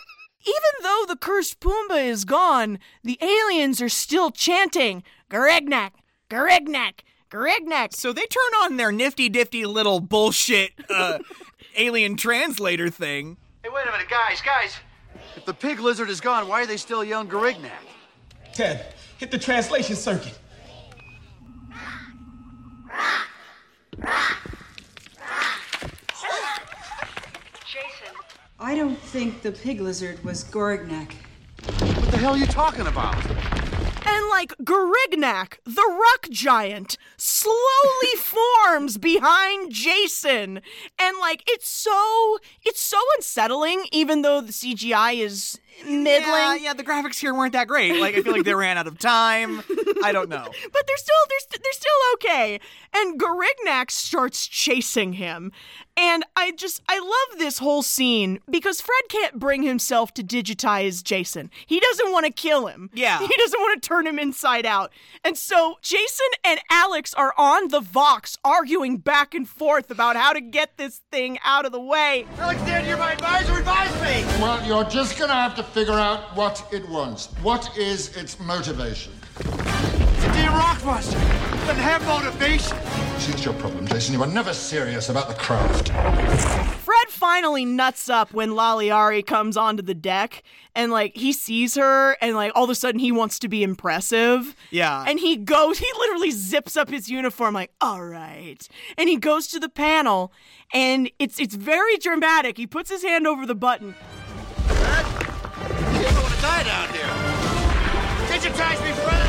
even though the cursed Pumbaa is gone, the aliens are still chanting Garignac, Garignac, Garignac.
So they turn on their nifty difty little bullshit uh, alien translator thing.
Hey, wait a minute, guys, guys. If the pig lizard is gone, why are they still yelling Garignac?
Ted, hit the translation circuit.
I don't think the pig lizard was Gorgnak.
What the hell are you talking about?
And like Grignac, the rock giant, slowly forms behind Jason. And like it's so it's so unsettling, even though the CGI is middling.
Yeah, yeah, the graphics here weren't that great. Like I feel like they ran out of time. I don't know.
but they're still they're, st- they're still okay. And Garignac starts chasing him, and I just I love this whole scene because Fred can't bring himself to digitize Jason. He doesn't want to kill him.
Yeah.
he doesn't want to turn him inside out. And so Jason and Alex are on the Vox arguing back and forth about how to get this thing out of the way.
Alexander, you're my advisor. Advise me.
Well, you're just gonna have to figure out what it wants. What is its motivation?
It's a damn rock monster. Doesn't have motivation.
It's your problem, Jason. You were never serious about the craft.
Fred finally nuts up when Laliari comes onto the deck and like he sees her and like all of a sudden he wants to be impressive.
Yeah.
And he goes, he literally zips up his uniform like, all right. And he goes to the panel and it's it's very dramatic. He puts his hand over the button.
You don't want to die down here. Digitize me, Fred.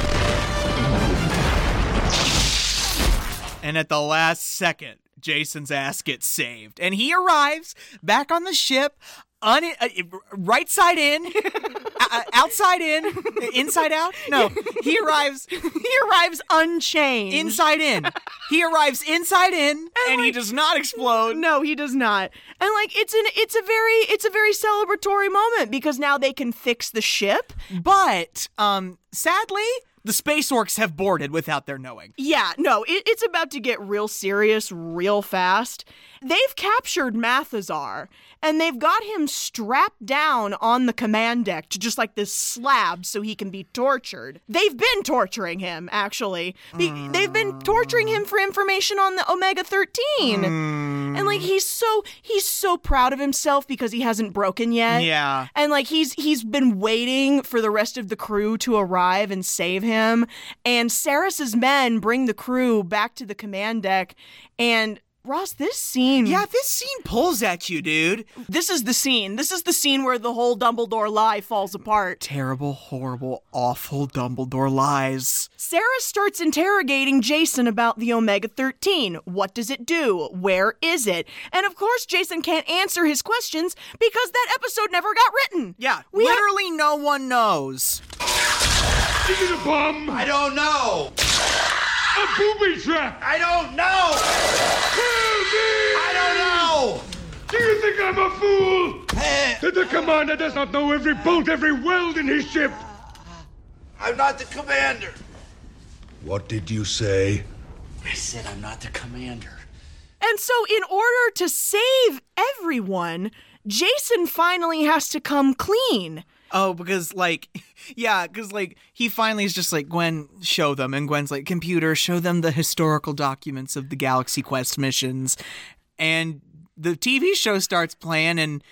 And at the last second, Jason's ass gets saved. And he arrives back on the ship, un- uh, right side in, uh, outside in, inside out. No, he arrives.
He arrives unchained.
Inside in. He arrives inside in and, he
like-
does not explode.
No, he does not. And like it's an it's a very it's a very celebratory moment because now they can fix the ship.
But um sadly, the space orcs have boarded without their knowing.
Yeah, no, it, it's about to get real serious real fast. They've captured Mathazar and they've got him strapped down on the command deck to just like this slab so he can be tortured. They've been torturing him, actually. Be- They've been torturing him for information on the Omega 13. And like he's so he's so proud of himself because he hasn't broken yet.
Yeah.
And like he's he's been waiting for the rest of the crew to arrive and save him. And Saris's men bring the crew back to the command deck and Ross, this scene.
Yeah, this scene pulls at you, dude.
This is the scene. This is the scene where the whole Dumbledore lie falls apart.
Terrible, horrible, awful Dumbledore lies.
Sarah starts interrogating Jason about the Omega 13. What does it do? Where is it? And of course, Jason can't answer his questions because that episode never got written.
Yeah,
We have-
literally no one knows.
Is it a bomb?
I don't know.
A booby trap?
I don't know.
Kill me!
I don't know.
Do you think I'm a fool? That the commander does not know every bolt, every weld in his ship.
I'm not the commander.
What did you say?
I said I'm not the commander.
And so, in order to save everyone, Jason finally has to come clean.
Oh, because like, yeah, because like he finally is just like Gwen, show them, and Gwen's like, computer, show them the historical documents of the Galaxy Quest missions, and the TV show starts playing, and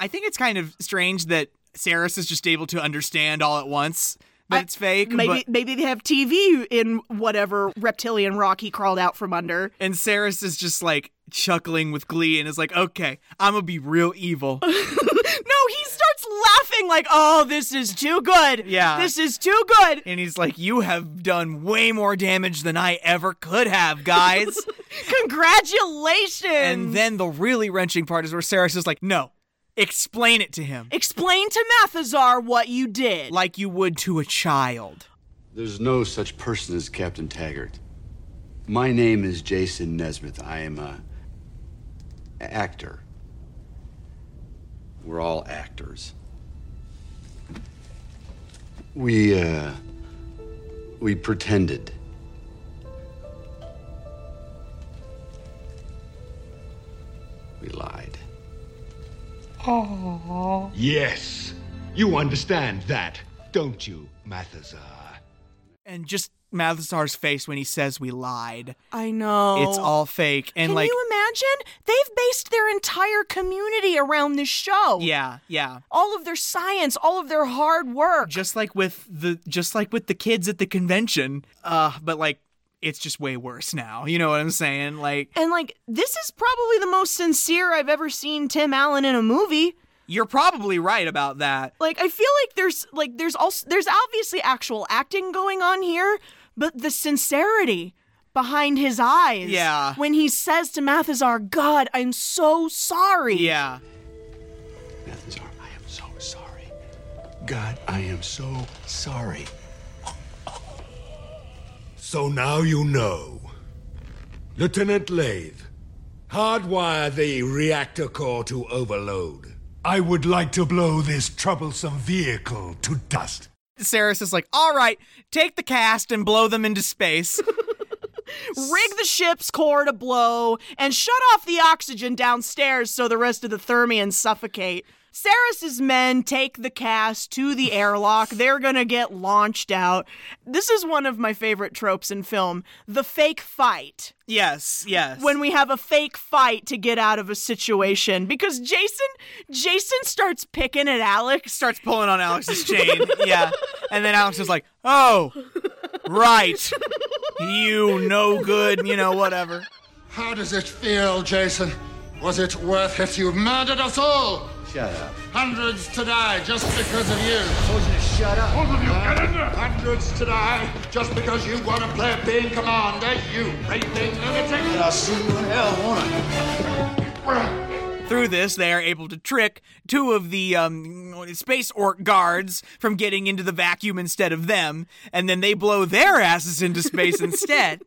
I think it's kind of strange that Saris is just able to understand all at once that it's fake.
Maybe
but-
maybe they have TV in whatever reptilian rock he crawled out from under.
and Saris is just like chuckling with glee and is like, okay, I'm gonna be real evil.
No, he starts laughing like, "Oh, this is too good.
Yeah.
this is too good."
and he's like, you have done way more damage than I ever could have, guys.
Congratulations.
And then the really wrenching part is where Saris is like, no, explain it to him
explain to Mathazar what you did.
like you would to a child.
There's no such person as Captain Taggart. My name is Jason Nesmith. I am a a- actor. We're all actors. We uh we pretended. We lied.
Oh. Yes. You understand that, don't you, Mathazar?
And just Mathazar's face when he says we lied.
I know.
It's all fake. And
Oh. Can
like,
you imagine? They've based their entire community around this show.
yeah, yeah.
All of their science, all of their hard work.
Just like with the just like with the kids at the convention. Uh, but like it's just way worse now. You know what I'm saying? Like
And like this is probably the most sincere I've ever seen Tim Allen in a movie.
You're probably right about that.
Like I feel like there's like there's also there's obviously actual acting going on here, but the sincerity behind his eyes.
Yeah.
When he says to Mathazar, "God, I'm so sorry."
Yeah.
Mathazar, I am so sorry. God, I am so sorry.
So now you know. Lieutenant Lathe, hardwire the reactor core to overload. I would like to blow this troublesome vehicle to dust.
Saris is like, all right, take the cast and blow them into space.
Rig the ship's core to blow and shut off the oxygen downstairs so the rest of the thermians suffocate. Saris's men take the cast to the airlock. They're gonna get launched out. This is one of my favorite tropes in film the fake fight.
yes, yes.
When we have a fake fight to get out of a situation because Jason Jason starts picking at Alex.
Starts pulling on Alex's chain. yeah. And then Alex is like, oh, right. You no good, you know, whatever.
How does it feel, Jason? Was it worth it? You've murdered us all!
Shut up.
Hundreds to die just because of you. I told you to shut up. Both of you, get in there. Hundreds to die just because you want to play being commander, you raping lunatic. And I'll see you in hell, won't I?
Through this, they are able to trick two of the um, space orc guards from getting into the vacuum instead of them, and then they blow their asses into space instead.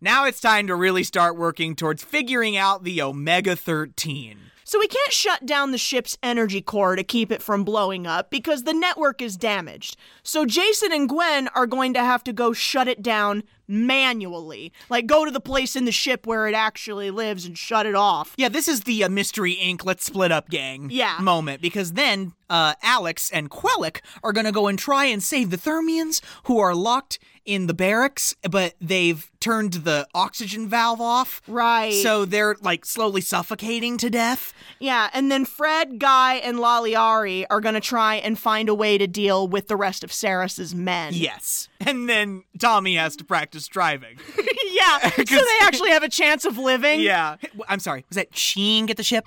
Now it's time to really start working towards figuring out the Omega 13.
So we can't shut down the ship's energy core to keep it from blowing up because the network is damaged. So Jason and Gwen are going to have to go shut it down manually. Like go to the place in the ship where it actually lives and shut it off.
Yeah, this is the uh, Mystery Inc. Let's split up, gang.
Yeah.
Moment because then uh, Alex and Quellic are gonna go and try and save the Thermians who are locked in the barracks, but they've turned the oxygen valve off.
Right.
So they're like slowly suffocating to death.
Yeah, and then Fred, Guy, and Laliari are going to try and find a way to deal with the rest of Saris's men.
Yes. And then Tommy has to practice driving.
yeah. So they actually have a chance of living.
yeah. I'm sorry. Was that Sheen at the ship?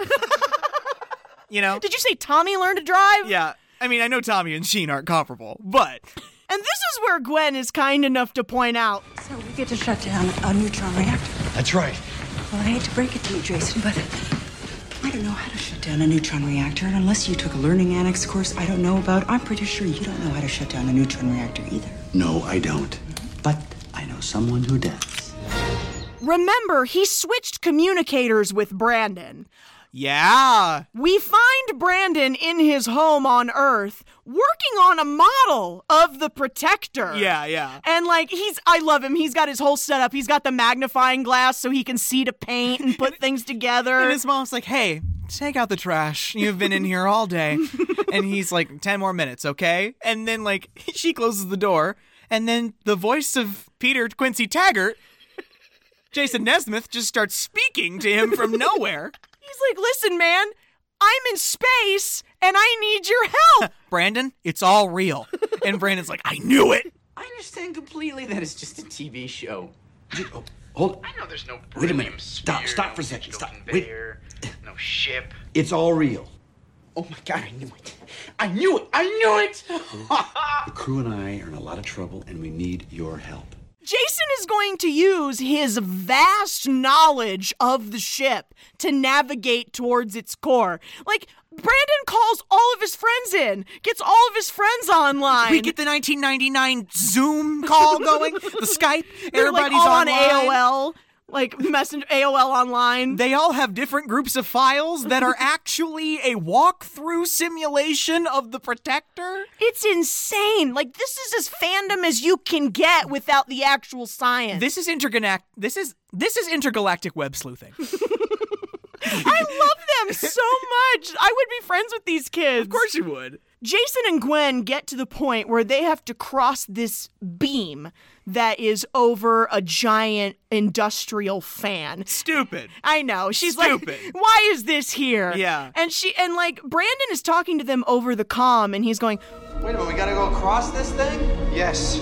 you know?
Did you say Tommy learned to drive?
Yeah. I mean, I know Tommy and Sheen aren't comparable, but
And this is where Gwen is kind enough to point out.
So we get to shut down a neutron reactor.
That's right.
Well, I hate to break it to you, Jason, but I don't know how to shut down a neutron reactor. And unless you took a learning annex course I don't know about, I'm pretty sure you don't know how to shut down a neutron reactor either.
No, I don't. But I know someone who does.
Remember, he switched communicators with Brandon.
yeah.
We find Brandon in his home on Earth working on a model of the Protector.
Yeah, yeah.
And like he's I love him. He's got his whole setup. He's got the magnifying glass so he can see to paint and put things together.
And his mom's like, hey, take out the trash. You've been in here all day. and he's like, 10 more minutes, okay? And then, like, she closes the door. And then the voice of Peter Quincy Taggart, Jason Nesmith, just starts speaking to him from nowhere.
he's like, "Listen, man, I'm in space and I need your help."
Brandon, it's all real. And Brandon's like, I knew it.
I understand completely that it's just a TV show.
Oh, hold.
I know there's no
Wait a minute. Stop. Stop for a second. Stop. Wait.
no ship.
It's all real.
Oh my god, I knew it. I knew it. I knew it.
The crew and I are in a lot of trouble, and we need your help.
Jason is going to use his vast knowledge of the ship to navigate towards its core. Like Brandon calls all of his friends in, gets all of his friends online.
We get the 1999 Zoom call going, the Skype.
They're
Everybody's
like all on
online.
AOL, like Messenger AOL online.
They all have different groups of files that are actually a walkthrough simulation of the protector.
It's insane. Like this is as fandom as you can get without the actual science.
This is intergalact. This is this is intergalactic web sleuthing. of
I love them so much. I would be friends with these kids. Of
you would.
Jason and Gwen get to the point where they have to cross this beam that is over a giant industrial fan.
Stupid.
I know. She's
Stupid.
like, why is this here?
Yeah.
And she and like Brandon is talking to them over the comm and he's going,
Wait a minute, we gotta go across this thing? Yes.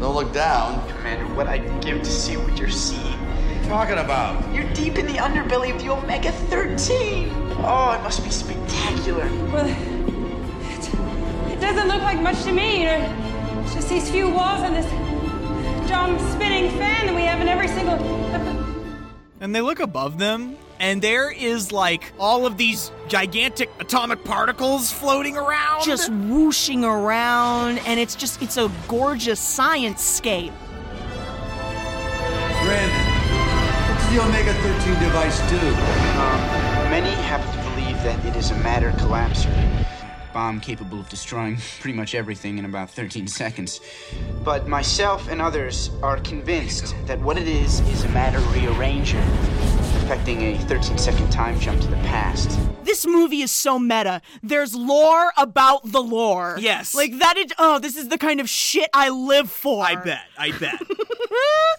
Don't look down.
Commander, what I'd give to see what you're seeing.
talking about?
You're deep in the underbelly of the Omega 13. Oh, it must be spectacular.
It doesn't look like much to me, you know. It's just these few walls and this dumb spinning fan that we have in every single.
And they look above them, and there is like all of these gigantic atomic particles floating around.
Just whooshing around, and it's just, it's a gorgeous science scape.
What's the Omega 13 device do?
Um, Many happen to believe that it is a matter collapser, bomb capable of destroying pretty much everything in about 13 seconds. But myself and others are convinced that what it is is a matter rearranger, affecting a 13 second time jump to the past.
This movie is so meta. There's lore about the lore.
Yes.
Like that is oh, this is the kind of shit I live for. I
bet. I bet.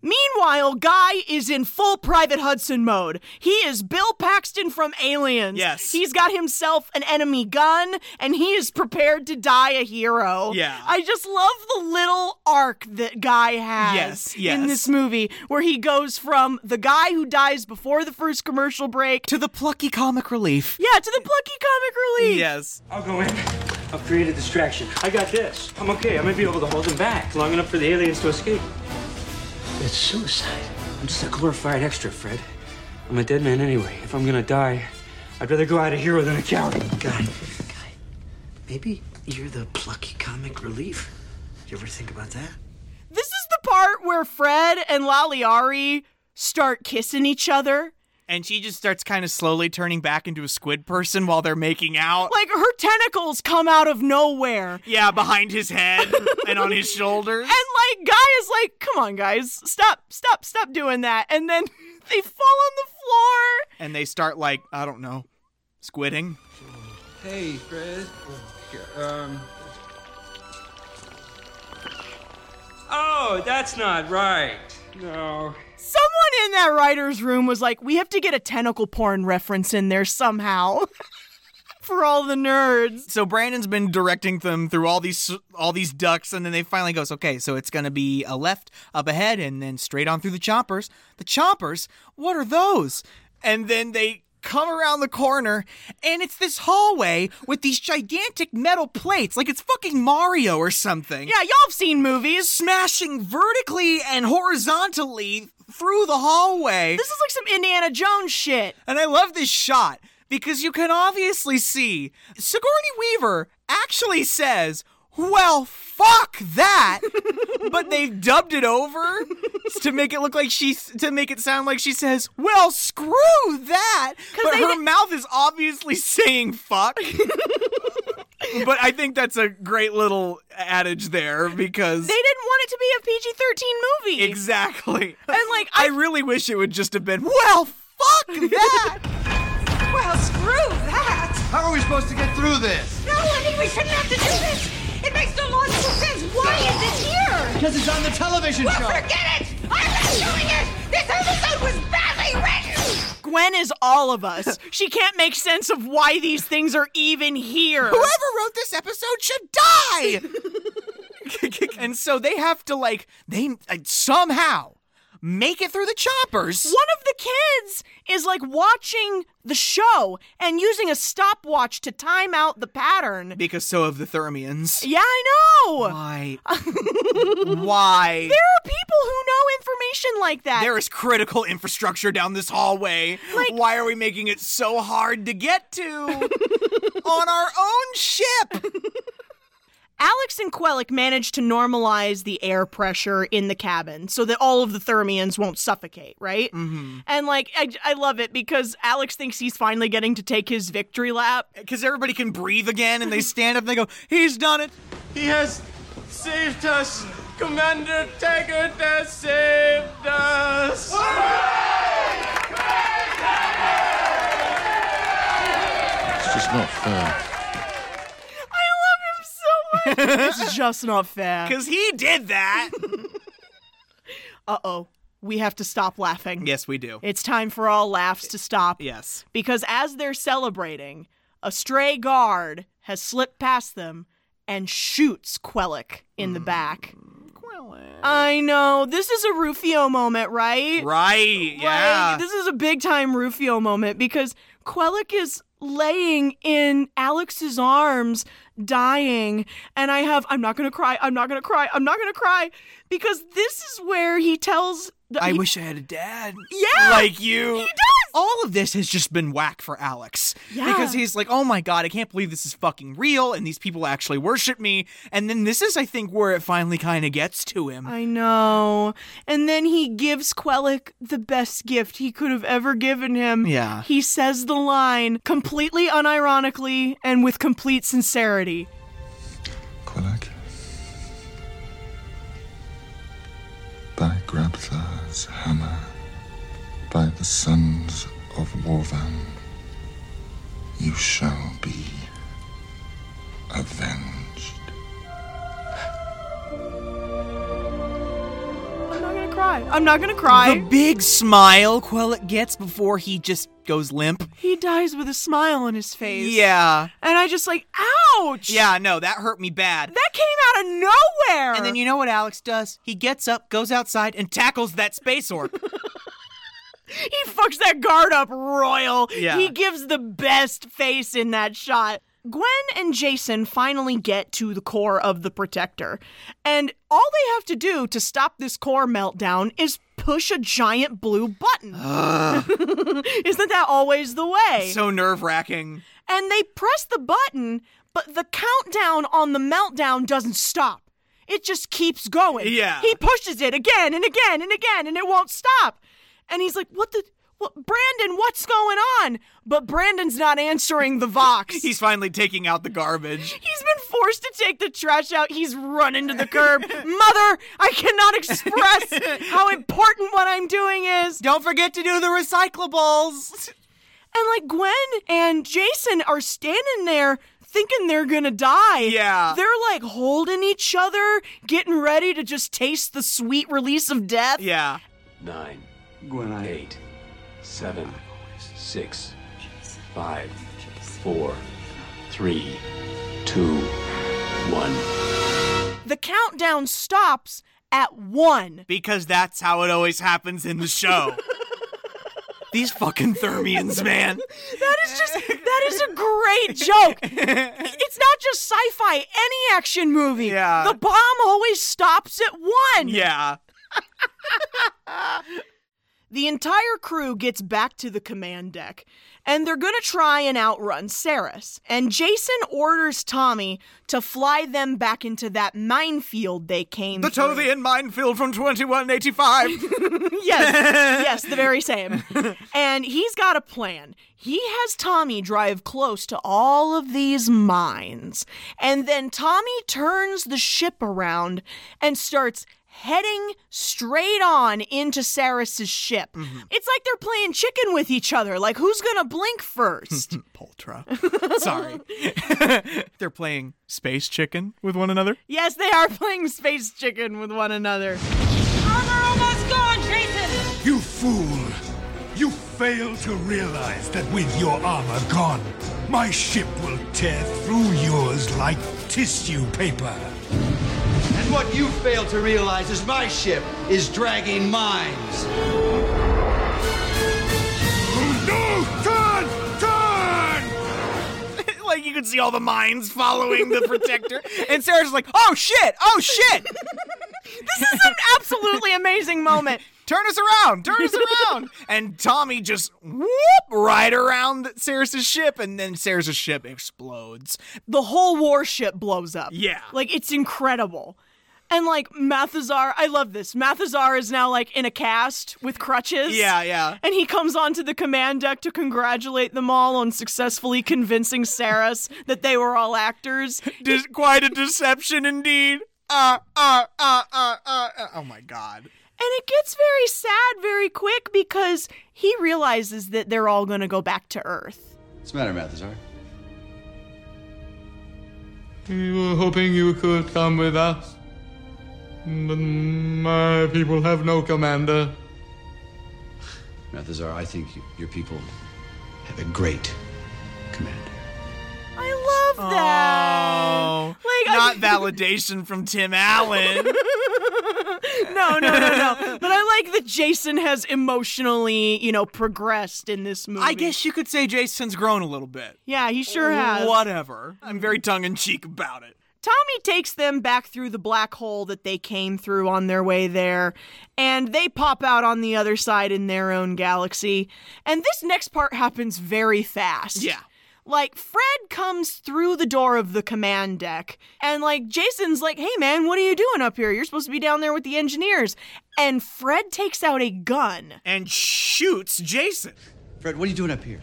Meanwhile, Guy is in full Private Hudson mode. He is Bill Paxton from Aliens.
Yes.
He's got himself an enemy gun, and he is prepared to die a hero.
Yeah.
I just love the little arc that Guy has
Yes,
in
yes.
this movie, where he goes from the guy who dies before the first commercial break
to the plucky comic relief.
Yeah, to the plucky comic relief.
Yes.
I'll go in. I'll create a distraction. I got this. I'm okay. I might be able to hold them back long enough for the aliens to escape.
It's suicide. I'm just a glorified extra, Fred. I'm a dead man anyway. If I'm gonna die, I'd rather go out a hero than a coward. God.
Maybe you're the plucky comic relief. You ever think about that?
This is the part where Fred and Laliari start kissing each other.
And she just starts kind of slowly turning back into a squid person while they're making out.
Like her tentacles come out of nowhere.
yeah, behind his head and on his shoulders.
And like Guy is like, come on guys, stop, stop, stop doing that. And then they fall on the floor.
And they start like, I don't know, squidding.
Hey, Fred. Um.
Oh, that's not right. No.
Someone in that writer's room was like, we have to get a tentacle porn reference in there somehow. For all the nerds.
So Brandon's been directing them through all these all these ducks, and then they finally goes, okay, so it's gonna be a left, up ahead, and then straight on through the choppers. The choppers, what are those? And then they come around the corner, and it's this hallway with these gigantic metal plates, like it's fucking Mario or something.
Yeah, y'all have seen movies.
Smashing vertically and horizontally through the hallway.
This is like some Indiana Jones shit.
And I love this shot because you can obviously see Sigourney Weaver actually says, well, fuck that. but they've dubbed it over to make it look like she's to make it sound like she says, well, screw that. But
they
her
di-
mouth is obviously saying fuck. but I think that's a great little adage there because
They didn't want it to be a PG 13 movie.
exactly.
And like,
I really wish it would just have been, well, fuck that.
Well, screw that!
How are we supposed to get through this?
No, I think we shouldn't have to do this! It makes no logical sense! Why is it here?
Because it's on the television
Well,
show.
forget it! I'm not doing it! This episode was badly written!
Gwen is all of us. She can't make sense of why these things are even here.
Whoever wrote this episode should die. and so they have to like they uh, somehow make it through the choppers.
One of the kids is like watching the show and using a stopwatch to time out the pattern.
Because so have the Thermians.
Yeah, I know.
Why? Why?
There are people who know information like that.
There is critical infrastructure down this hallway.
Like-
Why are we making it so hard to get to on our own ship?
Alex and Quellic managed to normalize the air pressure in the cabin so that all of the Thermians won't suffocate, right? Mm-hmm. And like, I, I love it because Alex thinks he's finally getting to take his victory lap.
Because everybody can breathe again, and they stand up and they go, "He's done it."
He has saved us. Commander Taggart has saved us.
It's just not fair.
I love him so much. it's just not fair.
Because he did that.
Uh oh, we have to stop laughing.
yes, we do.
It's time for all laughs to stop.
Yes.
Because as they're celebrating, a stray
Hmm.
guard has slipped past them and shoots Quellic in the back. I know. This is a Rufio moment, right?
Right, yeah.
Like, this is a big time Rufio moment because Quellic is laying in Alex's arms, dying. And I have, I'm not going to cry. I'm not going to cry. I'm not going to cry because this is where he tells. The,
I
he-
wish I had a dad.
Yeah.
Like you.
He does.
All of this has just been whack for Alex.
Yeah.
Because he's like, oh my God, I can't believe this is fucking real and these people actually worship me. And then this is, I think, where it finally kind of gets to him.
I know. And then he gives Quellic the best gift he could have ever given him.
Yeah.
He says the line completely unironically and with complete sincerity.
by Grabthar's hammer, by the sons of Warvan, you shall be avenged.
I'm not going to cry. I'm not going to cry.
The big smile Quellic gets before he just goes limp.
he dies with a smile on his face.
Yeah.
And I just like, ouch.
Yeah, no, that hurt me bad.
That came out of nowhere.
And then you know what Alex does? He gets up, goes outside, and tackles that space orb.
He fucks that guard up royal.
Yeah.
He gives the best face in that shot. Gwen and Jason finally get to the core of the protector. And all they have to do to stop this core meltdown is push a giant blue button. Isn't that always the way?
so nerve wracking.
and they press the button, but the countdown on the meltdown doesn't stop. It just keeps going.
Yeah.
He pushes it again and again and again, and it won't stop. And he's like, "What the? What, Brandon? What's going on?" But Brandon's not answering the Vox.
He's finally taking out the garbage.
He's been forced to take the trash out. He's running to the curb. Mother, I cannot express how important what I'm doing is.
Don't forget to do the recyclables.
And like Gwen and Jason are standing there thinking they're gonna die.
Yeah.
They're like holding each other, getting ready to just taste the sweet release of death.
Yeah.
Nine, eight, seven, six, five, four, three, two, one.
The countdown stops at one.
Because that's how it always happens in the show. These fucking Thermians, man.
That is just that is a great joke. It's not just sci-fi, any action movie. Yeah. The bomb always stops at one.
Yeah.
The entire crew gets back to the command deck, and they're going to try and outrun Saris. And Jason orders Tommy to fly them back into that minefield they came
The
through.
Tothian minefield from 2185.
yes, yes, the very same. And he's got a plan. He has Tommy drive close to all of these mines. And then Tommy turns the ship around and starts heading straight on into Saris's ship. It's like they're playing chicken with each other. Like, who's going to blink first?
Poltra. Sorry. They're playing space chicken with one another.
yes, they are playing space chicken with one another.
Armor almost gone, Jason!
You fool! You fail to realize that with your armor gone, my ship will tear through yours like tissue paper.
And what you fail to realize is my ship is dragging mines.
Oh,
No! Turn! Turn!
like you can see all the mines following the protector. and Sarah's like, oh shit, oh shit.
This is an absolutely amazing moment.
Turn us around, turn us around. And Tommy just whoop right around Sarah's ship, and then Sarah's ship explodes.
the whole warship blows up.
Yeah.
Like it's incredible. And like Mathazar, I love this. Mathazar is now like in a cast with crutches.
Yeah, yeah.
And he comes onto the command deck to congratulate them all on successfully convincing Saras that they were all actors.
Dis- quite a deception indeed. Uh, uh, uh, uh, uh, uh. Oh my god.
And it gets very sad very quick because he realizes that they're all going to go back to Earth.
What's the matter, Mathazar?
We were hoping you could come with us. But my people have no commander.
Mathazar, I think y- your people have a great commander.
I love that.
Oh,
Like, I-
not validation from Tim Allen.
No, no, no, no. But I like that Jason has emotionally, you know, progressed in this movie.
I guess you could say Jason's grown a little bit.
Yeah, he sure has.
Whatever. I'm very tongue in cheek about it.
Tommy takes them back through the black hole that they came through on their way there, and they pop out on the other side in their own galaxy. And this next part happens very fast.
Yeah.
Like, Fred comes through the door of the command deck, and like, Jason's like, hey man, what are you doing up here? You're supposed to be down there with the engineers. And Fred takes out a gun
and shoots Jason.
Fred, what are you doing up here?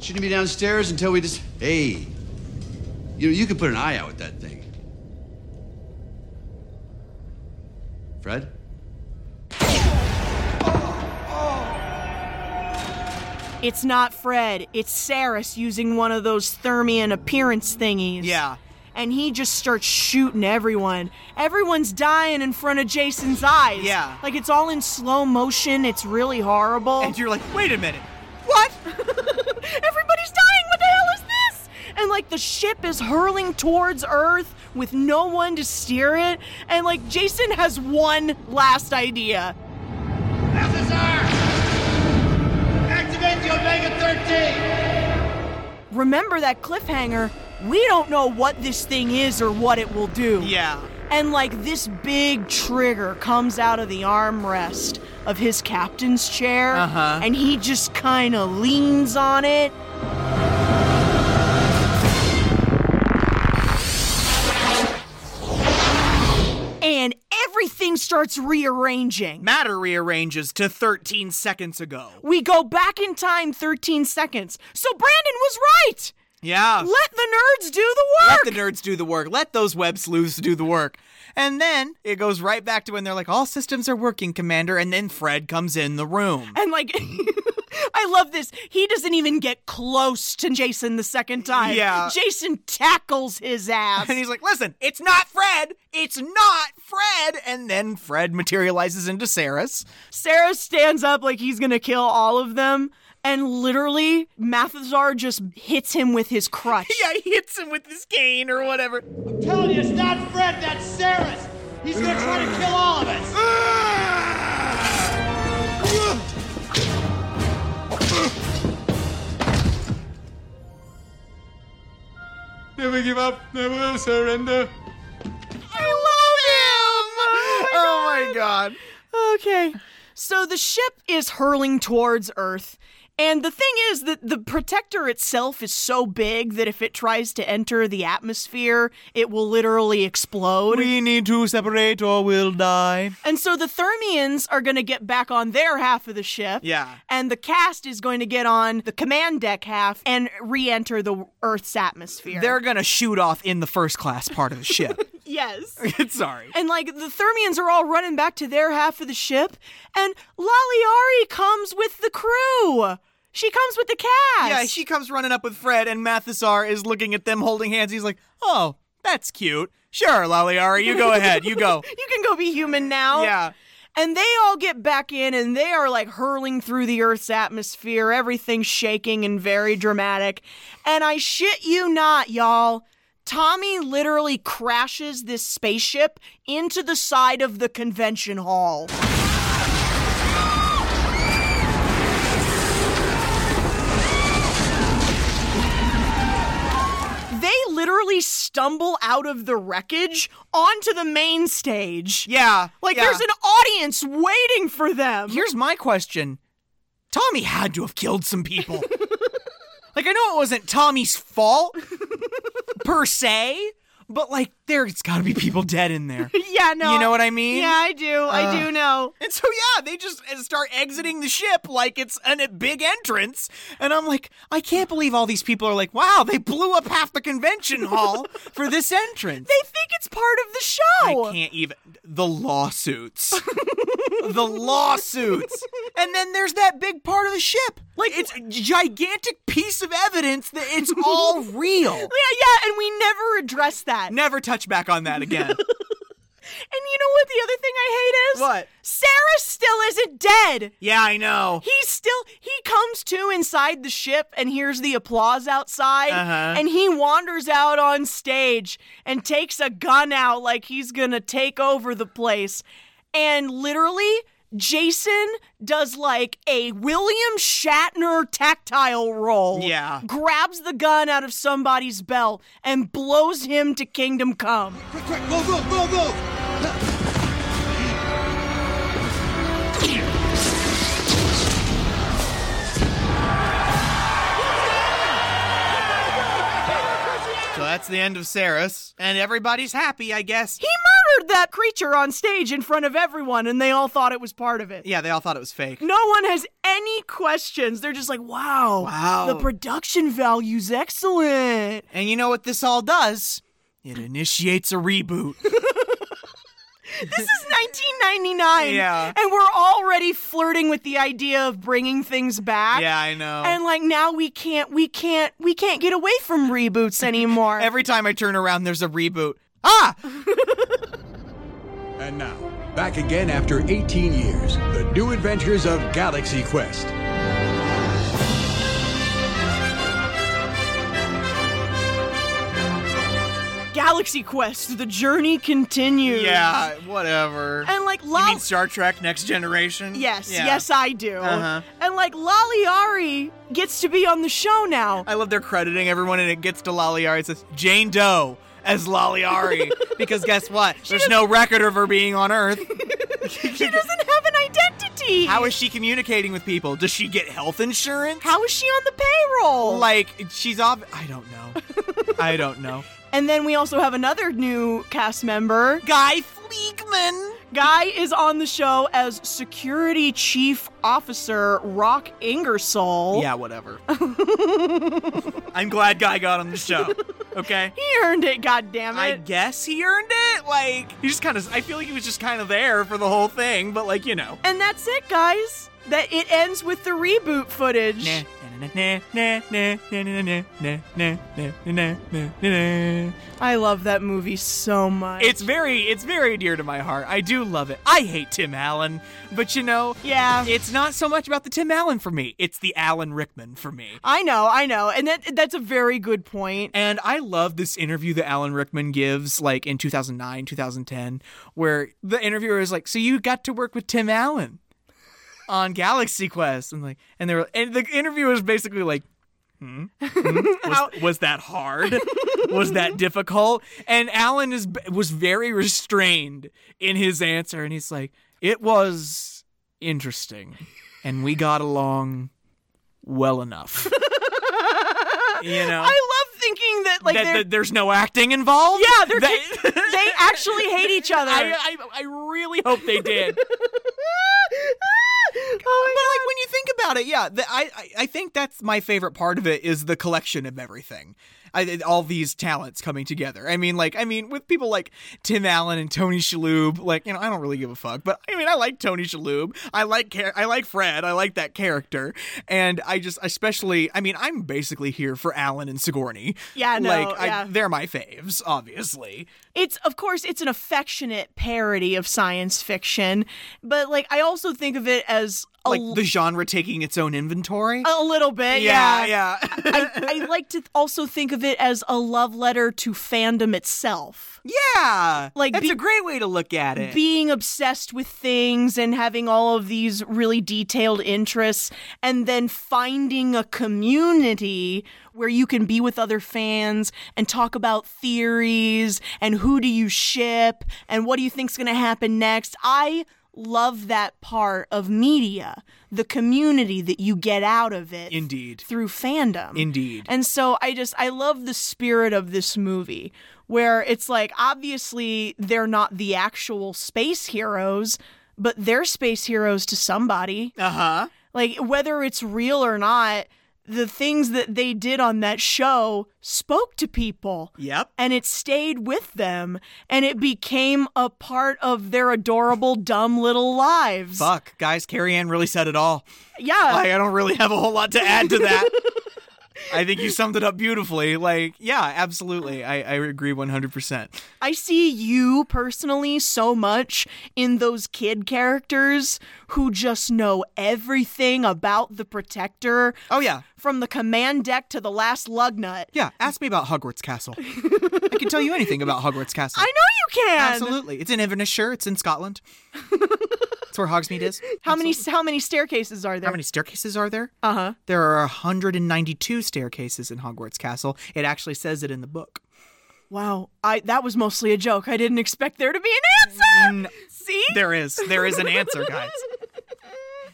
Shouldn't you be downstairs until we just. Hey, you know you could put an eye out with that thing. Fred,
It's not Fred, it's Saris using one of those Thermian appearance thingies.
Yeah.
And he just starts shooting everyone. Everyone's dying in front of Jason's eyes.
Yeah.
Like it's all in slow motion, it's really horrible.
And you're like, wait a minute.
what? Everybody's dying, what the hell is this? And like the ship is hurling towards Earth with no one to steer it. And like Jason has one last idea.
Activate the Omega 13!
remember that cliffhanger. We don't know what this thing is or what it will do.
Yeah.
And like this big trigger comes out of the armrest of his captain's chair,
Uh-huh.
and he just kind of leans on it. And everything starts rearranging.
Matter rearranges to 13 seconds ago.
We go back in time 13 seconds. So Brandon was right.
Yeah.
Let the nerds do the work.
Let the nerds do the work. Let those web sleuths do the work. And then it goes right back to when they're like, all systems are working, Commander. And then Fred comes in the room.
And like, I love this. He doesn't even get close to Jason the second time.
Yeah.
Jason tackles his ass.
And he's like, listen, it's not Fred. It's not Fred. And then Fred materializes into Saris.
Sarah stands up like he's going to kill all of them. And literally, Mathazar just hits him with his crutch.
Yeah, he hits him with his cane or whatever.
I'm telling you, it's not Fred, that's Saris! He's gonna try to kill all of us!
Never give up, never surrender.
Oh my god.
Okay. So the ship is hurling towards Earth. And the thing is that the protector itself is so big that if it tries to enter the atmosphere, it will literally explode.
We need to separate or we'll die.
And so the Thermians are going to get back on their half of the ship.
Yeah.
And the cast is going to get on the command deck half and re enter the Earth's atmosphere.
They're going to shoot off in the first class part of the ship.
Yes.
Sorry.
And like the Thermians are all running back to their half of the ship, and Laliari comes with the crew. She comes with the cast.
Yeah, she comes running up with Fred, and Mathesar is looking at them holding hands. He's like, oh, that's cute. Sure, Laliari, you go ahead. You go.
you can go be human now.
Yeah.
And they all get back in and they are like hurling through the Earth's atmosphere, everything shaking and very dramatic. And I shit you not, y'all. Tommy literally crashes this spaceship into the side of the convention hall. They literally stumble out of the wreckage onto the main stage.
Yeah.
Like
yeah.
there's an audience waiting for them.
Here's my question Tommy had to have killed some people. like, I know it wasn't Tommy's fault per se, but like, there's got to be people dead in there.
yeah, no.
You know what I mean?
Yeah, I do. I do
Ugh.
know.
And so yeah, they just uh, start exiting the ship like it's an, a big entrance, and I'm like, I can't believe all these people are like, wow, they blew up half the convention hall for this entrance.
They think it's part of the show.
I can't even the lawsuits, the lawsuits, and then there's that big part of the ship, like it's a gigantic piece of evidence that it's all
Yeah,
real.
yeah, and we never address that.
Never touch back on that again.
And you know what the other thing I hate is?
What?
Sarah still isn't dead.
yeah, I know.
He's still he comes to inside the ship and hears the applause outside
Uh-huh.
and he wanders out on stage and takes a gun out like he's going to take over the place and literally Jason does like a William Shatner tactile roll.
Yeah.
Grabs the gun out of somebody's belt and blows him to kingdom come.
Quick, quick, move, move, move, move!
So that's the end of Saris, and everybody's happy, I guess.
He murdered that creature on stage in front of everyone and they all thought it was part of it.
Yeah, they all thought it was fake.
No one has any questions. They're just like, wow,
Wow.
the production value's excellent.
And you know what this all does? It initiates a reboot.
This is 1999.
Yeah.
And we're already flirting with the idea of bringing things back.
Yeah, I know.
And like now we can't, we can't, we can't get away from reboots anymore.
Every time I turn around, there's a reboot. Ah!
And now, back again after 18 years, the new adventures of Galaxy Quest.
Galaxy Quest, the journey continues.
Yeah, whatever.
And like
you
Lolly.
mean Star Trek Next Generation?
Yes,
Yeah.
yes, I do.
Uh-huh.
And like Laliari gets to be on the show now.
I love their crediting everyone, and it gets to Laliari. It says Jane Doe as Laliari because guess what? There's no record of her being on Earth.
she doesn't have an identity.
How is she communicating with people? Does she get health insurance?
How is she on the payroll?
Like she's off. I don't know. I don't know.
And then we also have another new cast member,
Guy
Fleekman. Guy is on the show as Security Chief Officer Rock Ingersoll.
Yeah, whatever. I'm glad Guy got on the show. Okay.
He earned it, goddammit.
I guess he earned it. Like he just kind of. I feel like he was just kind of there for the whole thing, but like you know.
And that's it, guys. That it ends with the reboot footage.
Nah, nah, nah, nah, nah, nah, nah, nah, nah, nah, nah, nah, nah, nah.
I love that movie so much.
It's very, it's very dear to my heart. I do love it. I hate Tim Allen, but you know,
yeah,
it's not so much about the Tim Allen for me. It's the Alan Rickman for me.
I know, I know, and that that's a very good point.
And I love this interview that Alan Rickman gives, like in 2009, 2010, where the interviewer is like, "So you got to work with Tim Allen on Galaxy Quest," and like, and they were, and the interviewer is basically like, "Hmm, Hmm? was, was that hard? was that difficult?" And Alan is was very restrained in his answer, and he's like, "It was interesting, and we got along well enough." you know.
I love thinking that like
that,
they're,
that there's no acting involved.
yeah, they're
They-
kick- they actually hate each other.
I, I, I really hope they did. but like when you think about it, yeah, the, I I- I think that's my favorite part of it is the collection of everything, I, all these talents coming together. I mean, like I mean, with people like Tim Allen and Tony Shalhoub, like you know, I don't really give a fuck, but I mean, I like Tony Shalhoub, I like Car- I like Fred, I like that character, and I just especially, I mean, I'm basically here for Allen and Sigourney.
Yeah, no,
like
yeah.
they're my faves, obviously.
it's of course it's an affectionate parody of science fiction, but like I also think of it as a
Like the genre taking its own inventory.
A little bit,
Yeah,
yeah.
yeah.
I, I like to also think of it as a love letter to fandom itself.
Yeah,
Like
that's
be-
Uh, a great way to look at it.
Being obsessed with things and having all of these really detailed interests, and then finding a community where you can be with other fans and talk about theories and who do you ship and what do you think's going to happen next. I love that part of media, the community that you get out of it.
Indeed.
Through fandom.
Indeed.
And so I just I love the spirit of this movie where it's like obviously they're not the actual space heroes, but they're space heroes to somebody.
Uh-huh.
Like whether it's real or not, the things that they did on that show spoke to people.
Yep.
And it stayed with them and it became a part of their adorable dumb little lives.
Fuck, guys, Carrie Ann really said it all.
Yeah.
Like, I don't really have a whole lot to add to that. I think you summed it up beautifully. Like, yeah, absolutely. I, I agree 100%.
I see you personally so much in those kid characters who just know everything about the protector.
Oh yeah,
from the command deck to the last lug nut.
Yeah, ask me about Hogwarts Castle. I can tell you anything about Hogwarts Castle.
I know you can.
Absolutely. It's in Inverness-shire. It's in Scotland. it's where Hogsmeade is.
How many how many staircases are there?
How many staircases are there?
Uh-huh.
There are 192 staircases in Hogwarts Castle. It actually says it in the book.
Wow, I that was mostly a joke. I didn't expect there to be an answer. See?
There is. There is an answer, guys.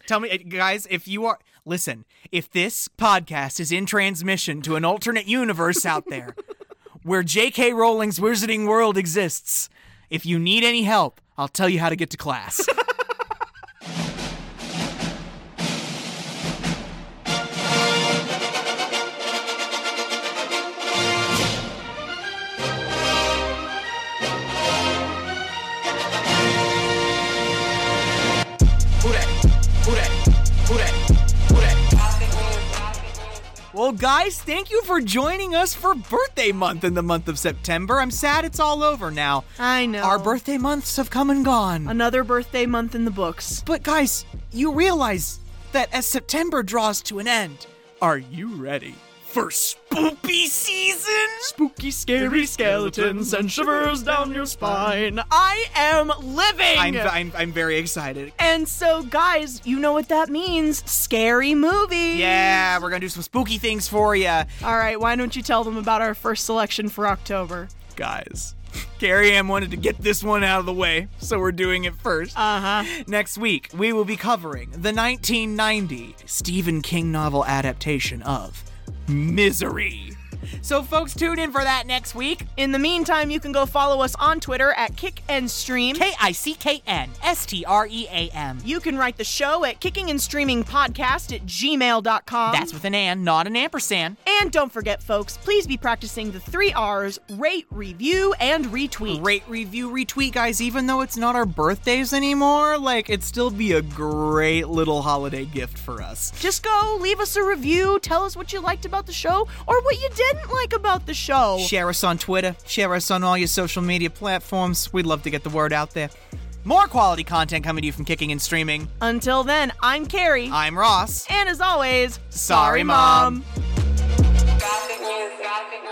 Tell me, uh, guys, if you are. Listen, if this podcast is in transmission to an alternate universe out there where J.K. Rowling's Wizarding World exists, if you need any help, I'll tell you how to get to class. Well, guys, thank you for joining us for birthday month in the month of September. I'm sad it's all over now.
I know.
Our birthday months have come and gone.
Another birthday month in the books.
But, guys, you realize that as September draws to an end, are you ready for spooky season?
Spooky, scary skeletons and shivers down your spine. I am living!
I'm, I'm, I'm very excited.
And so, guys, you know what that means. Scary movies.
Yeah, we're going to do some spooky things for you.
All right, why don't you tell them about our first selection for October?
Guys, Carrie Ann wanted to get this one out of the way, so we're doing it first.
Uh huh.
Next week, we will be covering the 1990 Stephen King novel adaptation of Misery. So, folks, tune in for that next week.
In the meantime, you can go follow us on Twitter at Kick and Stream.
K I C K N S T R E A M.
You can write the show at kicking and streaming podcast at gmail.com.
That's with an and, not an ampersand.
And don't forget, folks, please be practicing the three R's rate, review, and retweet.
Rate, review, retweet, guys. Even though it's not our birthdays anymore, like, it'd still be a great little holiday gift for us.
Just go, leave us a review, tell us what you liked about the show or what you didn't like about the show.
Share us on Twitter, share us on all your social media platforms. We'd love to get the word out there. More quality content coming to you from Kicking and Streaming.
Until then, I'm Carrie.
I'm Ross.
And as always,
sorry, Mom.
Mom.